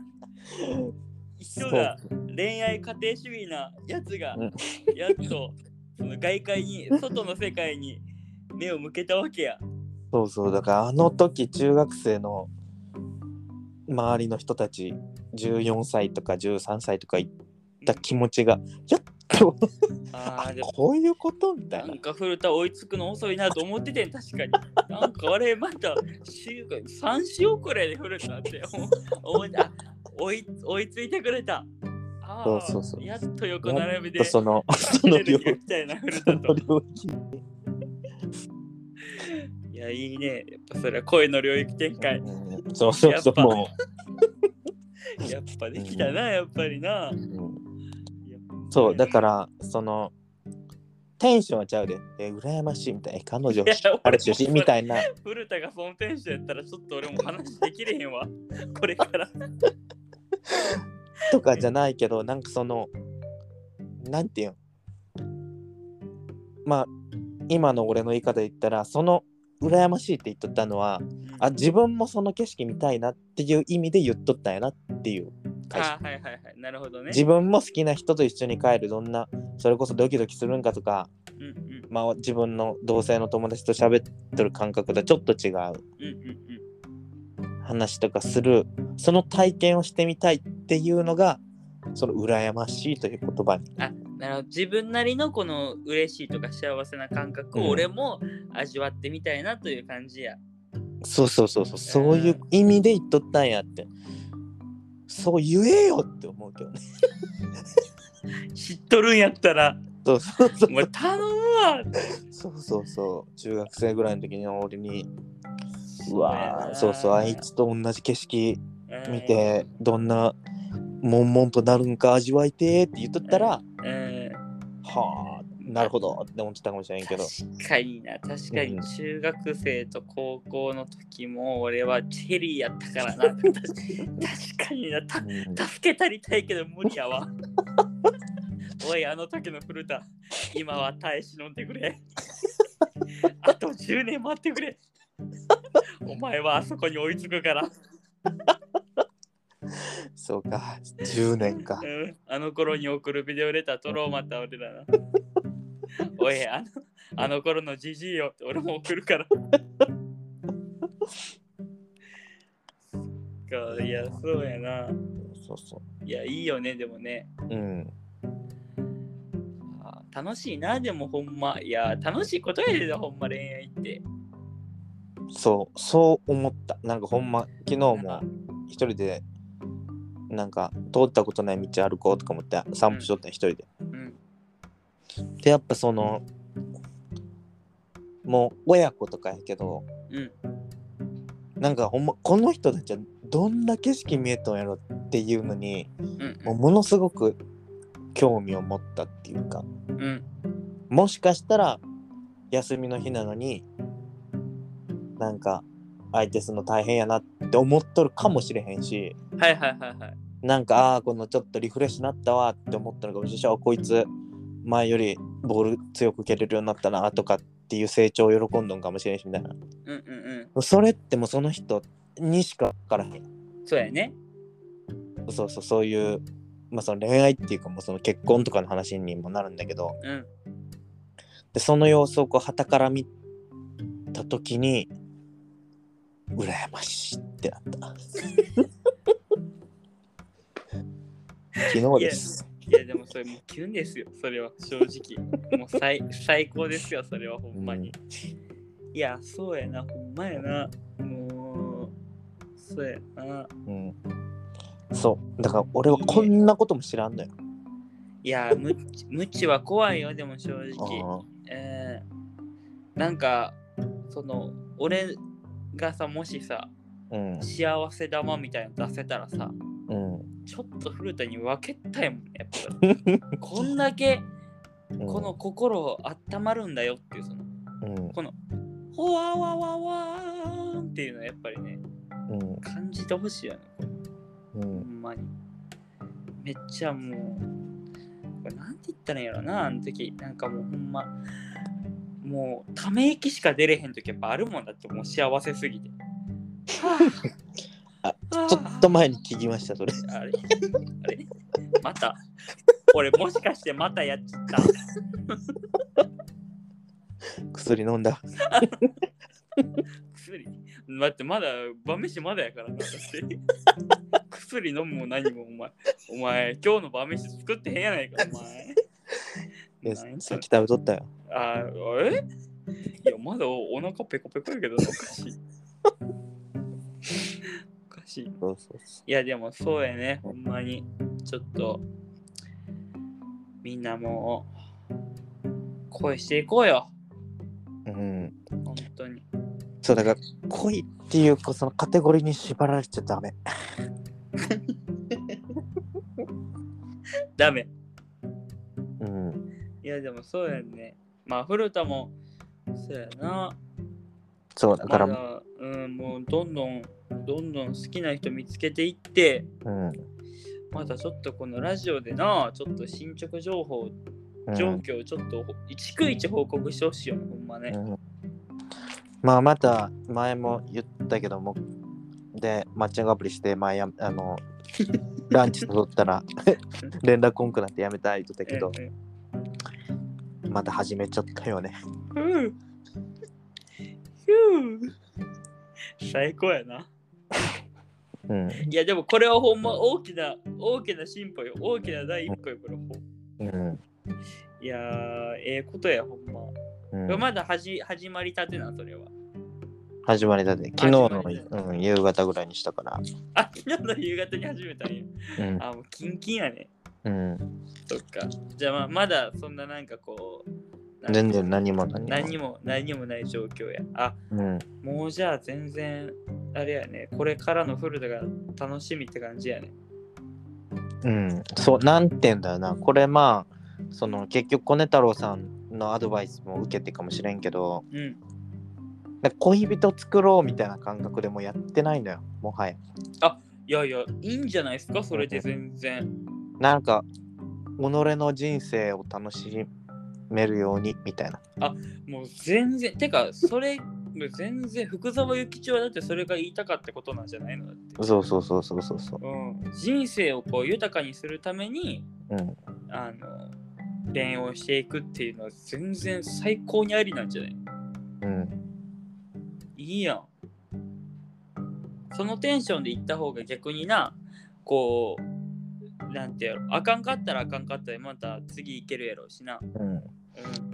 S2: 人が恋愛家庭主義なやつが
S1: うん、
S2: やっとその外界に、外の世界に目を向けたわけや。
S1: そうそうだからあの時中学生の周りの人たち14歳とか13歳とかいった気持ちがやっと
S2: あ
S1: あ
S2: あ、でも
S1: こういうことみたい
S2: な
S1: なん
S2: か古田追いつくの遅いなと思っ
S1: *laughs*
S2: ててん、確かに。なんかあれ、また週が3週遅れで古田って思思ってあ追い追いついてくれた。ああ
S1: そうそうそう
S2: やっと横並びで。
S1: そのそ
S2: テ
S1: の
S2: レ
S1: 領
S2: ビが
S1: 域
S2: 来たよな古
S1: そ
S2: 田
S1: の
S2: と
S1: 領域
S2: いや、いいね。やっぱそれは声の領域展開。
S1: そうそう
S2: やっ
S1: そう
S2: ぱ
S1: も
S2: やっぱできたな、やっぱりな
S1: う。うんそうだからそのテンションはちゃうでえ羨ましいみたいなえ彼女
S2: いや
S1: 彼女しみたいな
S2: 古田がその選手やったら、ちょっと俺も話できれへんわ。これから。
S1: とかじゃないけどなんかそのなんていうんまあ今の俺の言い方で言ったらその羨ましいって言っとったのはあ自分もその景色見たいなっていう意味で言っとったんやなっていう解釈
S2: あはいはいはい。なるほどね。
S1: 自分も好きな人と一緒に帰るどんなそれこそドキドキするんかとか、
S2: うんうん
S1: まあ、自分の同性の友達と喋ってる感覚とはちょっと違う
S2: うんうんうん。
S1: 話とかするその体験をしてみたいっていうのがその羨ましいという言葉に
S2: あなるほど自分なりのこの嬉しいとか幸せな感覚
S1: うん
S2: を俺も味わってみたいなという感じや。
S1: そうそうそうそう、そういう意味で言っとったんやって。そう言えよって思うけどね。
S2: 知っとるんやったら、
S1: そうそうそう
S2: もう頼むわ
S1: そうそうそう。中学生ぐらいの時の俺に、うわーそうそう、あいつと同じ景色見て、どんな悶々となるんか味わいてーって言っとったら、
S2: うん。うん
S1: はあ、なるほどって思ってたかもしれんけど。
S2: 確かにな、確か
S1: う
S2: に
S1: ん
S2: 中学生と高校の時も俺はチェリーやったから
S1: *laughs*
S2: な。確かにな、た
S1: うん
S2: 助けたりたいけど無理やわ。 *laughs* おい、あの時の古田、今は大使飲んでくれ。あと10年待ってくれ。お前はあそこに追いつくから。
S1: そうか、10年か
S2: う。んあの頃に送るビデオレター撮ろうまた俺らな。おい、あのあの頃のジジイよ俺も送るから。そっかいや、そうやな。
S1: そうそ
S2: いや、いいよね、でもね。
S1: う。うん。
S2: あー楽しいな、でもほんま。いや、楽しいことやで、ほんま恋愛って。
S1: そう、そう思った。なんかほんま、昨日も一人で、なんか通ったことない道歩こうとか思って散歩しとったん一人で。
S2: うん。
S1: で、やっぱその、もう親子とかやけど、
S2: うん。
S1: なんかほんま、この人たちはどんな景色見えとんやろっていうのに、
S2: うん。
S1: もうものすごく興味を持ったっていうか、
S2: うん。
S1: もしかしたら休みの日なのに、なんか、相手するの大変やなって思っとるかもしれへんし
S2: はいはいはいはい。
S1: なんかああーこのちょっとリフレッシュなったわって思ったのかもしれんしあこいつ前よりボール強く蹴れるようになったなとかっていう成長を喜んどんかもしれんしみたいな
S2: うんうん
S1: それってもうその人にしかわからへん
S2: うん。そうやね。
S1: そうそうそういう、まあ、その恋愛っていうかもうその結婚とかの話にもなるんだけど
S2: うん。
S1: でその様子をこう傍から見た時に羨ましいってなった *laughs* 昨日です
S2: いやでもそれもうキュンですよ、それは正 *laughs* 直。もう最最高ですよ、それはほんまに。いや、そうやな、ほんまやな。もう、そうやな。
S1: うん、そうだから俺はこんなことも知らんのよ
S2: いや、む無知は怖いよ、でも正直。えーなんかその俺がさもしさ
S1: うん
S2: 幸せ玉みたいなの出せたらさ
S1: うん
S2: ちょっと古田に分けたいもんや
S1: *laughs*
S2: っぱこんだけ
S1: うん
S2: この心温まるんだよっていうその
S1: うん
S2: このほわわわわーんっていうのはやっぱりね
S1: うん
S2: 感じてほしいよね
S1: う
S2: ほ
S1: ん
S2: んまにめっちゃもうこれなんて言ったらいいんやろなあの時なんかもうほんまもうため息しか出れへん時やっぱあるもんだってもう幸せすぎて
S1: *laughs* あ
S2: あ
S1: ちょっと前に聞きましたそれ *laughs*
S2: あれあれまた俺もしかしてまたやっちゃった
S1: 薬飲んだ
S2: 薬待ってまだ晩飯まだやからなだって薬飲むも何もお前お前今日の晩飯作ってへんやないかお前
S1: いや
S2: なん
S1: さ
S2: そ
S1: っ
S2: れ
S1: き食べとったよ
S2: あーえいやまだおお腹ペコペコやけどなおかしいおかしい
S1: そうそうそ
S2: いやでもそうやねほんまにちょっとみんなもう恋していこうよ
S1: ううん
S2: 本当に
S1: そうだから恋っていうかそのカテゴリーに縛られちゃダメ
S2: ダメ
S1: うん
S2: いやでもそうやんね。まあ古田もそうやな。
S1: そうだから、
S2: まだうん、もうどんどんどんどん好きな人見つけていって、
S1: うん、
S2: まだちょっとこのラジオでな、ちょっと進捗情報、
S1: うん
S2: 状況をちょっとほ逐一報告してほしいよね、ほんまね。
S1: うんまあまた前も言ったけどもでマッチングアプリして前やあ *laughs* のランチ誘ったら *laughs* 連絡コンクなんてやめたいとだけど
S2: うん
S1: また始めちゃったよね
S2: うんふうふう最高やな。
S1: うん
S2: いやでもこれはほんま大きな大きな進歩よ。大きな第一歩よ、これ。
S1: うん
S2: いやー、ええことや、ほんま。
S1: うん、
S2: まだはじ始まりたてな、それは。
S1: 始まりだで昨日の、
S2: 始まりだ
S1: うん、夕方ぐらいにしたから
S2: あ、昨日の夕方に始めたんや。
S1: うん
S2: あ、もうキンキンやね。
S1: うん
S2: そっか。じゃあまあ、まだそんななんかこう、なんか
S1: 全然何も何も
S2: 何にも何にもない状況や。あ、
S1: うん
S2: もうじゃあ全然、あれやね、これからのフルダが楽しみって感じやね。
S1: うん、そう、なんて言うんだよな。これまあ、その結局、コネ太郎さんのアドバイスも受けてかもしれんけど、
S2: うん。
S1: なんか恋人作ろうみたいな感覚でもうやってないのよ、もはや。
S2: いやいや、いいんじゃないですか、それで全然。
S1: なんか、己の人生を楽しめるようにみたいな。
S2: もう全然、てか、それ、全然、福沢諭吉はだってそれが言いたかったことなんじゃないのだって。
S1: そうそうそうそうそうそう。
S2: うん、人生をこう豊かにするために
S1: うん、
S2: あの恋愛をしていくっていうのは全然最高にありなんじゃない
S1: うん、
S2: いいやんそのテンションで行った方が逆になこうなんてやろあかんかったらあかんかったでまた次行けるやろうしな、う
S1: うん。
S2: ん、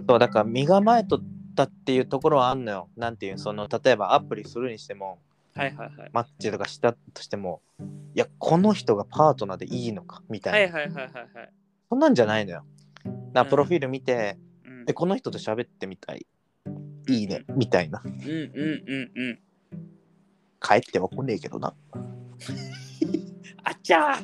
S1: そう、だから身構えとったっていうところはあんのよ。なんていう、その、例えばアプリするにしても、
S2: はいはいはい
S1: マッチとかしたとしても、いや、この人がパートナーでいいのかみたい
S2: は
S1: な。
S2: いはいはいはいはい、
S1: そんなんじゃないのよ。な
S2: うん
S1: プロフィール見て、
S2: うん、
S1: え、この人と喋ってみたい。いいね、みたいな。
S2: うんうんうんうん
S1: 帰っては来ねえけどな。
S2: *laughs* あっちゃー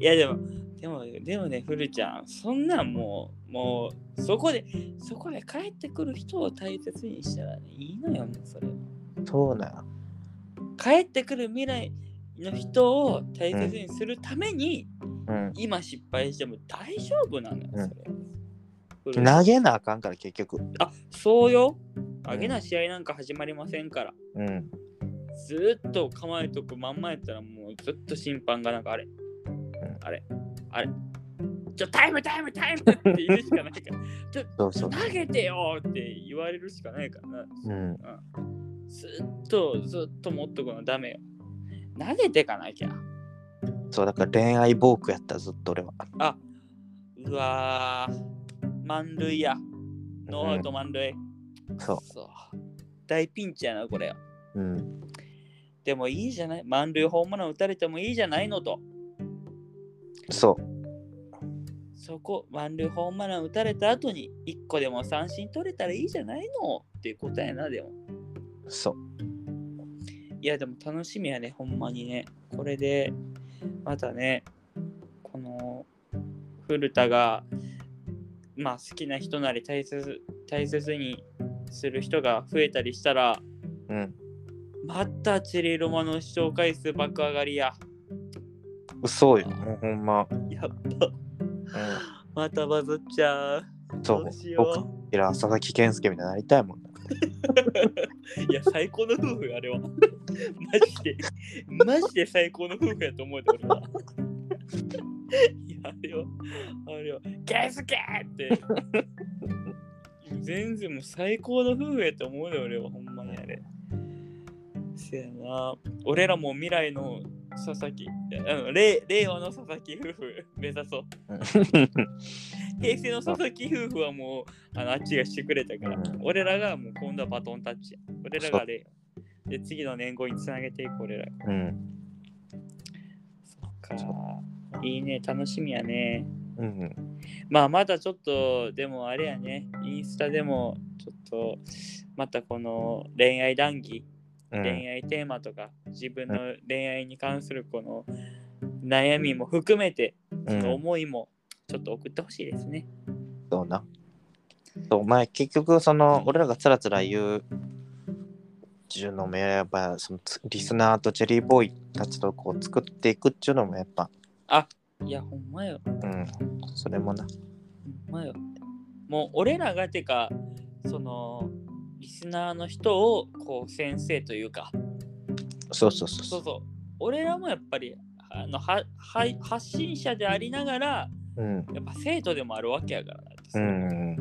S2: いやでもでもでもね、フルちゃん、そんなんもう、もう、そこで、そこで帰ってくる人を大切にしたら、ね、いいのよ、もうそれ。
S1: そうなんや。
S2: 帰ってくる未来の人を大切にするために、
S1: うん。
S2: 今失敗しても大丈夫なのよ、それ。フルちゃん
S1: 投げなあかんから結局。
S2: あ、そうよ。あげな試合なんか始まりませんから。
S1: うん。
S2: ずーっと構えとくまんまやったらもうずっと審判がなんかあれ、あれあれちょタイムタイムタイムって言うしかないから
S1: そう *laughs* そ
S2: 投
S1: う。
S2: げてよって言われるしかないからな
S1: うん。
S2: ずっとずっと持っとくのダメよ投げてかなきゃ
S1: そうだから恋愛ボークやったずっと俺は。
S2: あうわー満塁やノーアウト満塁、
S1: そう
S2: 大ピンチやなこれ
S1: う。うん。
S2: でもいいじゃない満塁ホームラン打たれてもいいじゃないのと
S1: そう。
S2: そこ、満塁ホームラン打たれた後に、1個でも三振取れたらいいじゃないのっていう答えな、でも。
S1: そう。
S2: いや、でも楽しみやね、ほんまにね。これで、またね、この、古田が、まあ、好きな人なり大切、大切にする人が増えたりしたら、
S1: うん。
S2: またチェリーロマの視聴回数爆上がりや。
S1: そうよ。もうほんま。
S2: やっぱ、
S1: う
S2: またバズっちゃう。
S1: ん。そ
S2: ど
S1: う
S2: う。し
S1: 僕
S2: よ
S1: いや佐々木健介みたいになりたいもん。
S2: *laughs* う。いや、最高の夫婦よあれは。 *laughs* マジで、マジで最高の夫婦やと思うで、俺は。 *laughs* いや、あれは、あれは、ケスケって。全然もう最高の夫婦やと思うで、俺は、ほんまにあれ。せやな。俺らも未来の佐々木、あの令令和の佐々木夫婦目指そう。平成の佐々木夫婦はもうあのあっちがしてくれたから、
S1: うん
S2: 俺らがもう今度はバトンタッチや俺らがでで次の年号につなげていく俺ら
S1: うん。
S2: そっかいいね楽しみやね
S1: うん。
S2: まあまだちょっとでもあれやねインスタでもちょっとまたこの恋愛談義、
S1: うん。
S2: 恋愛テーマとか自分の恋愛に関するこの悩みも含めて、
S1: う
S2: その
S1: ん、
S2: 思いもちょっと送ってほしいですね
S1: そうな。そう、まあ結局、その、俺らがつらつら言う、っていうのもやっぱ、その、つリスナーとチェリーボーイたちとこう作っていくっていうのもやっぱ、
S2: いやほんまよ
S1: うん。それもな。
S2: ほんまよもう俺らがてかそのリスナーの人をこう先生というか
S1: そうそうそうそ。
S2: そううそう俺らもやっぱりあのはは発信者でありながら
S1: うん。
S2: やっぱ生徒でもあるわけやからな
S1: うん。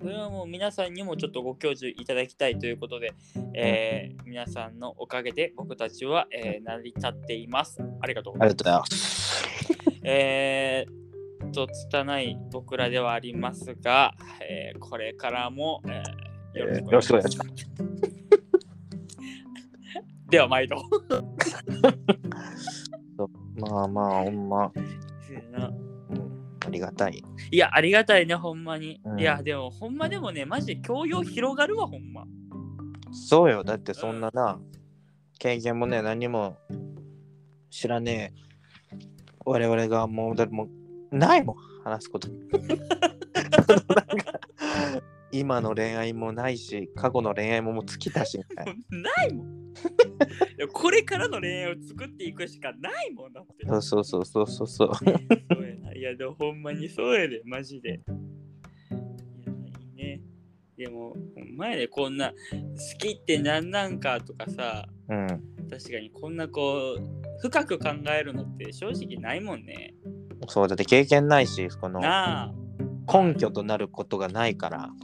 S2: それはもう皆さんにもちょっとご教授いただきたいということで、えー皆さんのおかげで僕たちは、えー成り立っていますありがとうござ
S1: あ
S2: い
S1: り
S2: ま
S1: がとうございます。
S2: すえー、と拙い僕らではありますが、えーこれからも、えー
S1: えーよろしくお願いします
S2: では毎度
S1: まあまあ、ほんま、
S2: せやな
S1: うん、ありがたい。
S2: いや、ありがたいね、ほんまに。
S1: うん
S2: いや、でも、ほんまでもね、マジで教養広がるわ、ほんま。
S1: そうよ、だってそんなな、経験もね、何も知らねえ、我々がもう、だもうないもん、話すこと。 *laughs* 今の恋愛もないし、過去の恋愛ももう尽きたし、みたいな。
S2: ないもん。 *laughs* でもこれからの恋愛を作っていくしかないもんだって。
S1: そうそうそうそうそうそう。
S2: そうやな。いや、でも、ほんまにそうやで、マジで。いや、いいね。でも、ほんまやで、こんな、好きってなんなんかとかさ、
S1: うん、
S2: 確かにこんなこう、深く考えるのって正直ないもんね。
S1: そう、だって経験ないし、この
S2: なあ。
S1: 根拠となることがないから。
S2: うん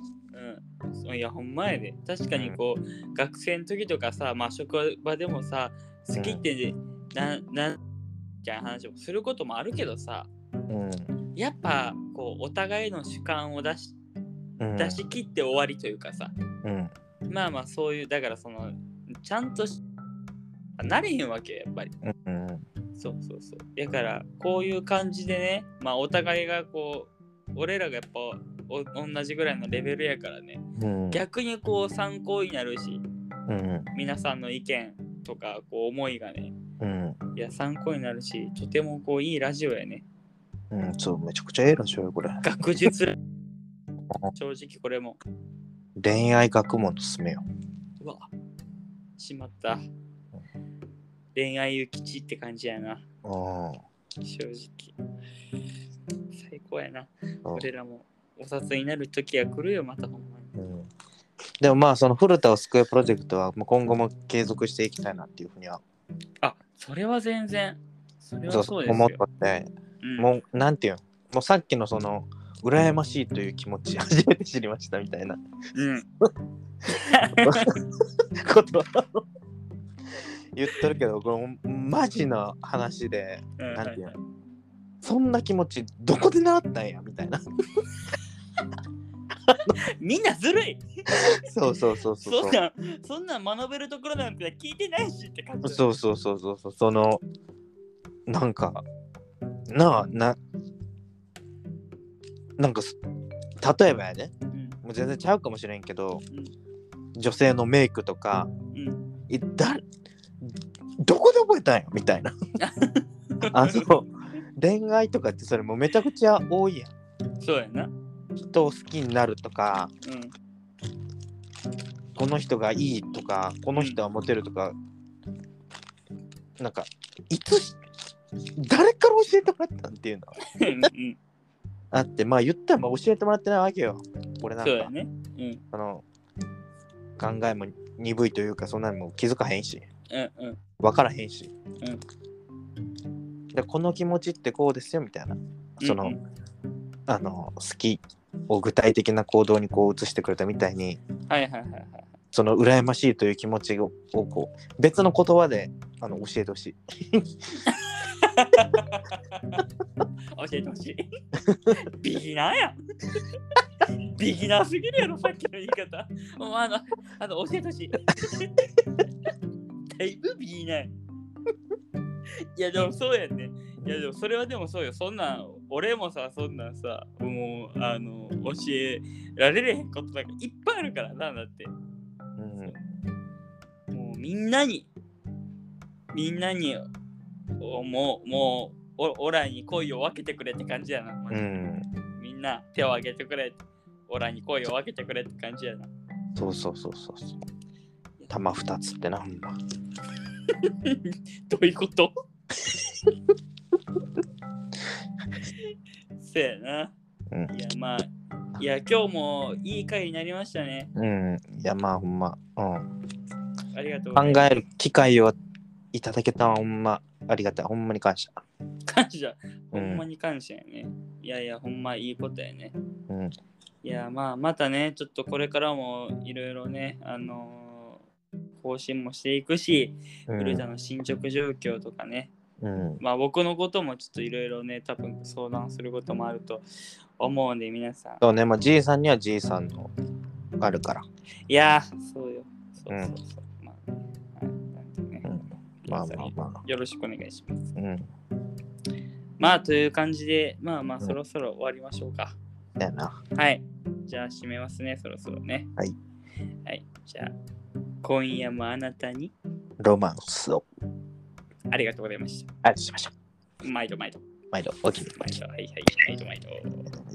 S2: そう、いやほんまやで確かにこう、学生の時とかさ、まあ、職場でもさ好きって、ねなん、なんみたいな話をすることもあるけどさ
S1: うん。
S2: やっぱこうお互いの主観を出し
S1: うん。
S2: 出し切って終わりというかさ、
S1: うん。
S2: まあまあそういうだからそのちゃんとしなれへんわけよやっぱり
S1: うん。うん
S2: そうそうそうだからこういう感じでねまあお互いがこう俺らがやっぱお同じぐらいのレベルやからね
S1: うん。
S2: 逆にこう参考になるし
S1: うん。
S2: 皆さんの意見とかこう思いがね
S1: うん。
S2: いや参考になるしとてもこういいラジオやね
S1: うん、そう、めちゃくちゃええのしょよ、これ。*laughs*
S2: 学術正直これも
S1: 恋愛学問のすすめよ。
S2: うわしまった恋愛諭吉って感じやな
S1: う
S2: 正直最高やな
S1: うん
S2: 俺らもお札になる時は来るよまたほんまに
S1: ん。うん、でもまあ、その古田を救うプロジェクトはもう今後も継続していきたいなっていうふうには、
S2: あそれは全然それ
S1: そ
S2: は
S1: う
S2: そ
S1: そうう
S2: です
S1: 思
S2: よ
S1: っ、たって、
S2: うん、
S1: もう、なんていうん、もうさっきのその、羨ましいという気持ち、初めて知りましたみたいな
S2: うん
S1: ことを言ってるけど、これ、マジの話で、
S2: うん
S1: なんてい
S2: は
S1: う
S2: い
S1: のそんな気持ち、どこで習ったんやみたいな。
S2: はいみんなずるい
S1: *laughs* そうそうそうそう
S2: そんなんそんなん学べるところなんて聞いてないしって感じ
S1: そうそうそうそうそうそのなんかなあななんかす例えばやね
S2: うん
S1: もう全然ちゃうかもしれんけど、
S2: うん
S1: 女性のメイクとか
S2: うん
S1: えだどこで覚えたんよみたいなあそう恋愛とかってそれもうめちゃくちゃ多いやん
S2: *laughs* そうやなうん
S1: 人を好きになるとかこの人がいいとかこの人はモテるとか、なんかいつし誰から教えてもらったんっていうの *laughs*
S2: うんうん
S1: あってまあ言ったらまあ教えてもらってないわけよ俺なん
S2: そうや
S1: か
S2: ねうん
S1: その考えも鈍いというかそんなのも気づかへんし
S2: うんうん
S1: 分からへんし、でこの気持ちってこうですよみたいなその、
S2: うん
S1: あの好きを具体的な行動にこう移してくれたみたいに
S2: はいはいはいはい
S1: その羨ましいという気持ちををこう別の言葉であの教えてほしい。
S2: 教えてほしい。ビギナーやんビギナーすぎるやろ、さっきの言い方。もうあの、あの教えてほしい。だいぶビギナーやん。いや、でもそうやんね。いや、でもそれはでもそうよ。そんなん、俺もさ、そんなんさ、もう、あの、教えられれへんことなんかいっぱいあるからな、だって。
S1: うん
S2: もうみんなに、みんなに、おもう、もう、おオラに恋を分けてくれって感じやな。マジ
S1: う
S2: で
S1: ん、
S2: みんな手を挙げてくれ。オラに声を分けてくれって感じやな。
S1: そうそうそうそうそう。玉二つってな、ほんま。
S2: どういうこと *laughs* せやな。
S1: う
S2: いや、まあ、いや、今日もいい回になりましたね。
S1: うん。いや、まあ、ほんま。うん。
S2: ありがとうご
S1: 考
S2: ざいます。
S1: える機会をいただけたのはほんま、ありがたい。ほんまに感謝。
S2: 感謝。
S1: う
S2: ほんま
S1: ん。
S2: に感謝やね。いやいや、ほんまいいことやね。
S1: うん。
S2: いや、まあ、またね、ちょっとこれからもいろいろね、あのー更新もしていくし、
S1: う
S2: ウル
S1: ん
S2: ダの進捗状況とかね、
S1: うん。
S2: まあ僕のこともちょっといろいろね、多分相談することもあると思うんで、皆さん。
S1: そうね、まあ、じいさんにはじいさんのあるから。
S2: いやー、そうよ。そうそうそう。まあ、はいなんでね
S1: うんまあまあまあ。
S2: よろしくお願いします。
S1: うん。
S2: まあという感じで、まあまあ
S1: うん
S2: そろそろ終わりましょうか。
S1: だよな。
S2: はい。じゃあ締めますね、そろそろね。
S1: はい。
S2: はい。じゃあ、今夜もあなたに
S1: ロマンスを。
S2: ありがとうございました。
S1: あれしましょう。
S2: 毎度毎度。
S1: 毎度、おきに。
S2: 毎度。はいはい。毎度毎度。